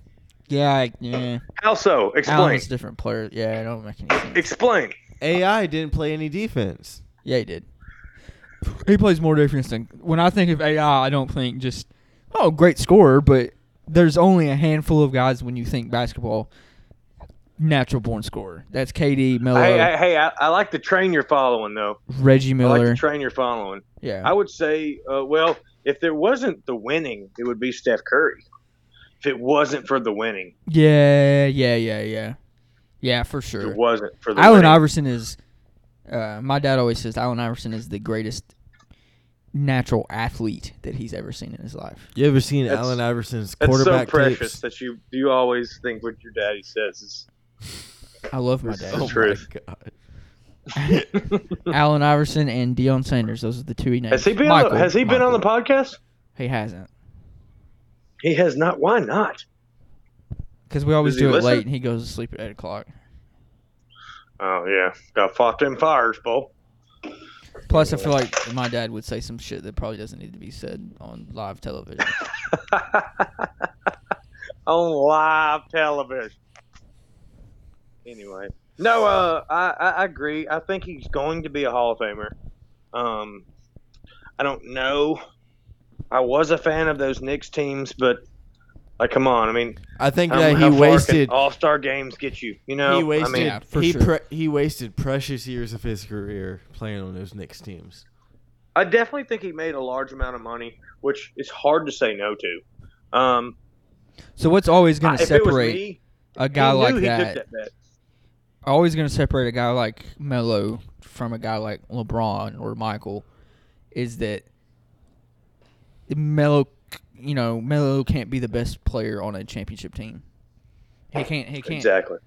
Speaker 1: Yeah, I, yeah.
Speaker 4: How so? Uh, Explain.
Speaker 1: Allen's a different player. Yeah, it don't make any sense.
Speaker 4: Explain.
Speaker 2: AI didn't play any defense.
Speaker 1: Yeah, he did. He plays more defense than when I think of AI. I don't think just oh, great scorer, but there's only a handful of guys when you think basketball, natural born scorer. That's KD, Miller,
Speaker 4: Hey, hey, hey I, I like the train you're following, though.
Speaker 1: Reggie
Speaker 4: I like
Speaker 1: Miller.
Speaker 4: the train you're following.
Speaker 1: yeah,
Speaker 4: I would say, uh, well, if there wasn't the winning, it would be Steph Curry. If it wasn't for the winning,
Speaker 1: yeah, yeah, yeah, yeah, yeah, for
Speaker 4: if
Speaker 1: sure.
Speaker 4: it wasn't for the
Speaker 1: Allen
Speaker 4: winning.
Speaker 1: Iverson is. Uh, my dad always says Allen Iverson is the greatest natural athlete that he's ever seen in his life.
Speaker 2: You ever seen
Speaker 4: That's-
Speaker 2: Allen Iverson's
Speaker 4: That's so
Speaker 2: quarterback
Speaker 4: precious
Speaker 2: tapes?
Speaker 4: that you you always think what your daddy says is
Speaker 1: I love my
Speaker 4: This is
Speaker 1: dad.
Speaker 4: the
Speaker 2: Oh
Speaker 4: truth.
Speaker 2: my god!
Speaker 1: Allen Iverson and Deion Sanders. Those are the two he named.
Speaker 4: Has he been on, has he been on the podcast?
Speaker 1: He hasn't.
Speaker 4: He has not. Why not?
Speaker 1: Because we always
Speaker 4: Does he
Speaker 1: do it
Speaker 4: listen?
Speaker 1: late, and he goes to sleep at eight o'clock.
Speaker 4: Oh yeah, got fought them fires, Bo.
Speaker 1: Plus, I feel like my dad would say some shit that probably doesn't need to be said on live television.
Speaker 4: on live television. Anyway, no, uh, I, I I agree. I think he's going to be a Hall of Famer. Um, I don't know. I was a fan of those Knicks teams, but like, come on. I mean,
Speaker 2: I think
Speaker 4: how,
Speaker 2: that he wasted.
Speaker 4: All Star games get you. You know,
Speaker 2: He wasted.
Speaker 4: I mean,
Speaker 1: Yeah, for
Speaker 2: he
Speaker 1: sure.
Speaker 2: pre- he wasted precious years of his career playing on those Knicks teams.
Speaker 4: I definitely think he made a large amount of money, which is hard to say no to. Um,
Speaker 1: so what's always
Speaker 4: I-
Speaker 1: going to
Speaker 4: if it was
Speaker 1: separate
Speaker 4: me,
Speaker 1: a guy
Speaker 4: he knew
Speaker 1: like
Speaker 4: he
Speaker 1: that?
Speaker 4: Took that bet.
Speaker 1: Always going to separate a guy like Melo from a guy like LeBron or Michael is that Melo, c- you know, Melo can't be the best player on a championship team. He can't. He can't.
Speaker 4: Exactly.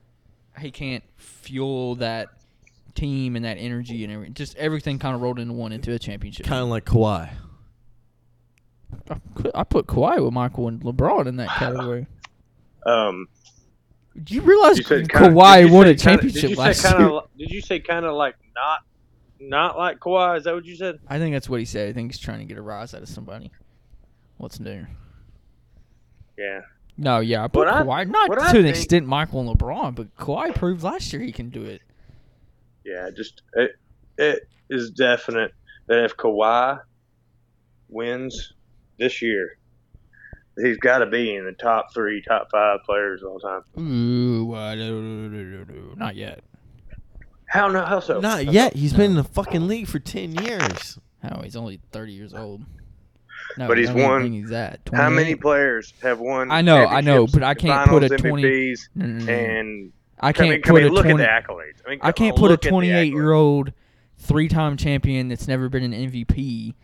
Speaker 1: he can't fuel that team and that energy and everything. Just everything kind of rolled into one into a championship.
Speaker 2: Kind of like Kawhi.
Speaker 1: I put- I put Kawhi with Michael and LeBron in that category.
Speaker 4: Um,
Speaker 1: Do you realize
Speaker 4: you said kinda,
Speaker 1: Kawhi
Speaker 4: did you
Speaker 1: won
Speaker 4: say
Speaker 1: a championship
Speaker 4: kinda, did you
Speaker 1: last
Speaker 4: say
Speaker 1: year?
Speaker 4: kinda, li- Did you say kind of like not, not like Kawhi? Is that what you said?
Speaker 1: I think that's what he said. I think he's trying to get a rise out of somebody. What's new?
Speaker 4: Yeah.
Speaker 1: No, yeah, I put
Speaker 4: What I-
Speaker 1: Kawhi.
Speaker 4: what
Speaker 1: not
Speaker 4: I
Speaker 1: to an
Speaker 4: think-
Speaker 1: extent Michael and LeBron, but Kawhi proved last year he can do it.
Speaker 4: Yeah. Just it, it is definite that if Kawhi wins this year, he's got to be in the top three, top five players of all time.
Speaker 1: Ooh, uh, no, no, no, no, no, not yet.
Speaker 4: How no? How so?
Speaker 2: Not yet. He's been in the fucking league for ten years.
Speaker 1: Oh, he's only thirty years old. No,
Speaker 4: But he's
Speaker 1: I don't
Speaker 4: won-
Speaker 1: think He's that.
Speaker 4: How many
Speaker 1: 28?
Speaker 4: players have won?
Speaker 1: I know, I know,
Speaker 4: championships,
Speaker 1: but I can't
Speaker 4: finals,
Speaker 1: put a 20
Speaker 4: MVPs,
Speaker 1: No, no, no, no.
Speaker 4: and
Speaker 1: I can't
Speaker 4: I mean,
Speaker 1: put
Speaker 4: I mean,
Speaker 1: a
Speaker 4: look
Speaker 1: 20
Speaker 4: at the accolades. I, mean,
Speaker 1: I
Speaker 4: come
Speaker 1: can't
Speaker 4: on,
Speaker 1: put a
Speaker 4: look at the
Speaker 1: 28 year
Speaker 4: accolades.
Speaker 1: old three time champion that's never been an MVP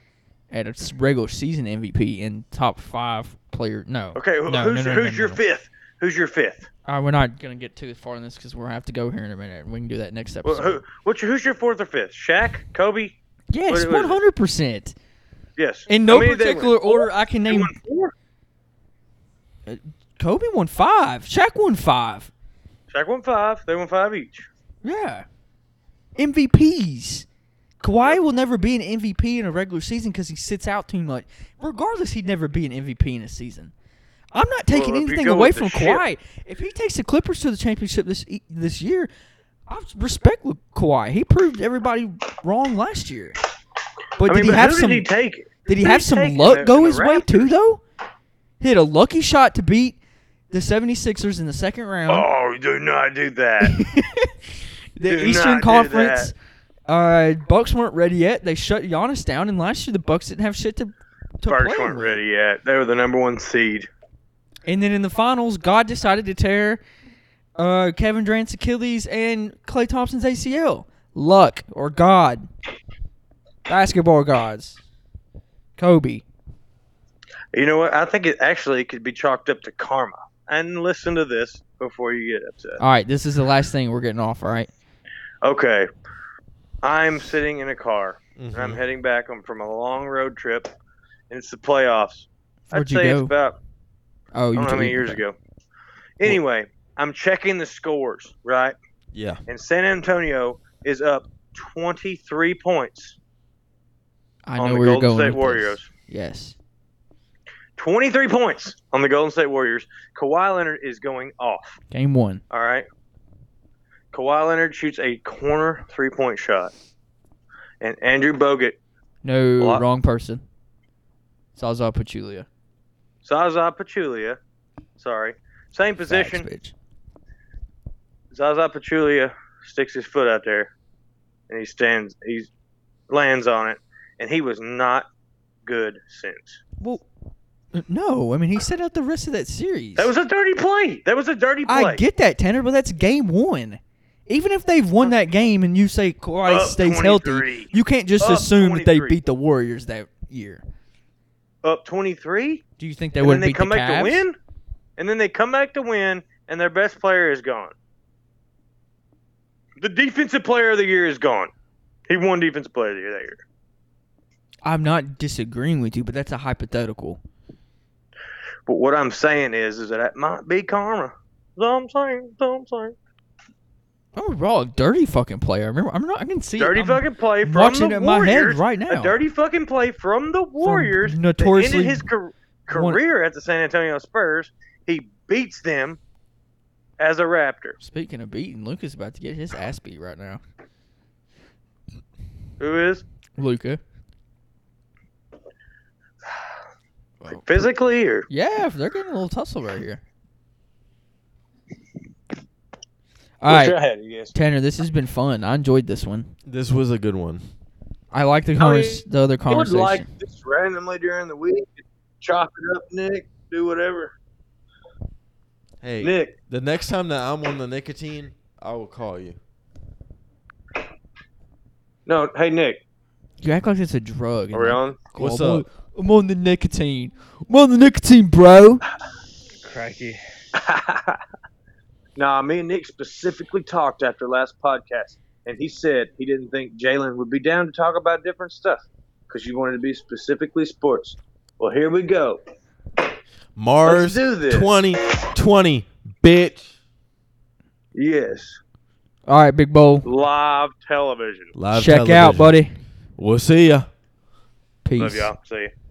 Speaker 1: at a s- regular season MVP and top five player. No.
Speaker 4: Okay, who,
Speaker 1: no,
Speaker 4: who's
Speaker 1: no, no, no,
Speaker 4: who's
Speaker 1: no,
Speaker 4: your
Speaker 1: no.
Speaker 4: fifth? Who's your fifth?
Speaker 1: Uh, we're not gonna get too far in this because we'll have to go here in a minute. We can do that next
Speaker 4: Well,
Speaker 1: episode.
Speaker 4: who, what's your, who's your fourth or fifth? Shaq, Kobe?
Speaker 1: yes,
Speaker 4: wait, wait.
Speaker 1: one hundred percent.
Speaker 4: Yes.
Speaker 1: In
Speaker 4: How
Speaker 1: no
Speaker 4: many did they win?
Speaker 1: particular order, I can
Speaker 4: They
Speaker 1: name. Uh,
Speaker 4: won four?
Speaker 1: Kobe won five. Shaq won five.
Speaker 4: Shaq won five. They won five each.
Speaker 1: Yeah. MVPs. Kawhi will never be an MVP in a regular season because he sits out too much. Regardless, he'd never be an MVP in a season. I'm not taking
Speaker 4: Well, if you
Speaker 1: anything
Speaker 4: go
Speaker 1: away
Speaker 4: with
Speaker 1: from
Speaker 4: the ship-
Speaker 1: Kawhi. If he takes the Clippers to the championship this e- this year, I respect Kawhi. He proved everybody wrong last year. But did
Speaker 4: I mean,
Speaker 1: he
Speaker 4: but
Speaker 1: have
Speaker 4: who
Speaker 1: some?
Speaker 4: did he take?
Speaker 1: Did he
Speaker 4: Who
Speaker 1: have
Speaker 4: did
Speaker 1: some
Speaker 4: take in
Speaker 1: luck
Speaker 4: the- in
Speaker 1: go
Speaker 4: the
Speaker 1: his way too
Speaker 4: Raptors?
Speaker 1: though? He had a lucky shot to beat the 76ers in the second round.
Speaker 4: Oh, do not do that.
Speaker 1: the
Speaker 4: do
Speaker 1: Eastern
Speaker 4: not do
Speaker 1: Conference. Uh, Bucks weren't ready yet. They shut Giannis down, and last year the Bucks didn't have shit to to
Speaker 4: Bucks
Speaker 1: play
Speaker 4: weren't
Speaker 1: with.
Speaker 4: ready yet. They were the number one seed.
Speaker 1: And then in the finals, God decided to tear uh, Kevin Durant's Achilles and Clay Thompson's ACL. Luck or God, basketball gods, Kobe.
Speaker 4: You know what? I think it actually could be chalked up to karma. And listen to this before you get upset.
Speaker 1: All right, this is the last thing we're getting off. All right.
Speaker 4: Okay. I'm sitting in a car. and I'm
Speaker 2: Mhm.
Speaker 4: heading back. I'm from a long road trip, and it's the playoffs.
Speaker 1: Where'd
Speaker 4: I'd
Speaker 1: you
Speaker 4: say
Speaker 1: go?
Speaker 4: it's about
Speaker 1: Oh,
Speaker 4: I
Speaker 1: you
Speaker 4: don't know
Speaker 1: were
Speaker 4: how many
Speaker 1: talking
Speaker 4: years
Speaker 1: about-
Speaker 4: ago. Anyway, I'm checking the scores, right?
Speaker 2: Yeah.
Speaker 4: And San Antonio is up 23 points
Speaker 1: I know
Speaker 4: on the
Speaker 1: where you're
Speaker 4: Golden
Speaker 1: going.
Speaker 4: State
Speaker 1: with this.
Speaker 4: Warriors.
Speaker 1: Yes.
Speaker 4: 23 points on the Golden State Warriors. Kawhi Leonard is going off.
Speaker 1: Game one.
Speaker 4: All right. Kawhi Leonard shoots a corner three point shot. And Andrew Bogut,
Speaker 1: No,
Speaker 4: Well, I-
Speaker 1: wrong person. Salzar Pachulia.
Speaker 4: Zaza Pachulia, sorry, same position.
Speaker 1: Facts, bitch.
Speaker 4: Zaza Pachulia sticks his foot out there and he stands, he lands on it. And he was not good since.
Speaker 1: Well, uh, no. I mean, he set out the rest of that series.
Speaker 4: That was a dirty play. That was a dirty play.
Speaker 1: I get that, Tanner, but that's game one. Even if they've won that game and you say Kawhi
Speaker 4: Up
Speaker 1: stays
Speaker 4: 23.
Speaker 1: healthy, you can't just
Speaker 4: Up
Speaker 1: assume that they
Speaker 4: 23.
Speaker 1: beat the Warriors that year.
Speaker 4: Up 23,
Speaker 1: Do you think they
Speaker 4: and
Speaker 1: would
Speaker 4: then
Speaker 1: have
Speaker 4: they
Speaker 1: beat
Speaker 4: come
Speaker 1: the
Speaker 4: back to
Speaker 1: Cavs?
Speaker 4: win. And then they come back to win, and their best player is gone. The defensive player of the year is gone. He won defensive player of the year that year.
Speaker 1: I'm not disagreeing with you, but that's a hypothetical.
Speaker 4: But what I'm saying is, is that it might be karma. That's all I'm saying. That's all I'm saying.
Speaker 1: Oh, raw, dirty fucking player. I remember. I'm not. I can see.
Speaker 4: dirty
Speaker 1: I'm
Speaker 4: fucking play from
Speaker 1: watching
Speaker 4: the
Speaker 1: it in my head
Speaker 4: Warriors
Speaker 1: right now.
Speaker 4: A dirty fucking play from the Warriors. that
Speaker 1: notoriously
Speaker 4: ended his car-
Speaker 1: one-
Speaker 4: career at the San Antonio Spurs. He beats them as a Raptor.
Speaker 1: Speaking of beating, Luca's about to get his ass beat right now.
Speaker 4: Who is
Speaker 1: Luca. Oh,
Speaker 4: physically or
Speaker 1: Yeah, they're getting a little tussle right here. All
Speaker 4: Wish I
Speaker 1: right,
Speaker 4: had it, yes.
Speaker 1: Tanner, this has been fun. I enjoyed this one.
Speaker 2: This was a good one.
Speaker 1: I like the
Speaker 4: Oh, yeah.
Speaker 1: convers- the other
Speaker 4: You would
Speaker 1: conversation.
Speaker 4: like just randomly during the week, chop it up, Nick. Do whatever,
Speaker 2: Hey,
Speaker 4: Nick.
Speaker 2: the next time that I'm on the nicotine, I will call you.
Speaker 4: No, hey Nick,
Speaker 1: you act like it's a drug.
Speaker 4: are we
Speaker 1: and
Speaker 4: on?
Speaker 1: like,
Speaker 2: What's
Speaker 1: I'm on-
Speaker 2: up?
Speaker 1: I'm on the nicotine. I'm on the nicotine, bro.
Speaker 4: Crikey. nah, me and Nick specifically talked after last podcast, and he said he didn't think Jalen would be down to talk about different stuff because you wanted to be specifically sports. Well, here we go.
Speaker 2: Mars
Speaker 4: do this.
Speaker 2: 2020, bitch.
Speaker 4: Yes,
Speaker 1: All right, big bowl.
Speaker 4: live television.
Speaker 2: Live
Speaker 1: Check out,
Speaker 2: television.
Speaker 1: buddy.
Speaker 2: We'll see ya.
Speaker 1: Peace.
Speaker 4: Love y'all. See you.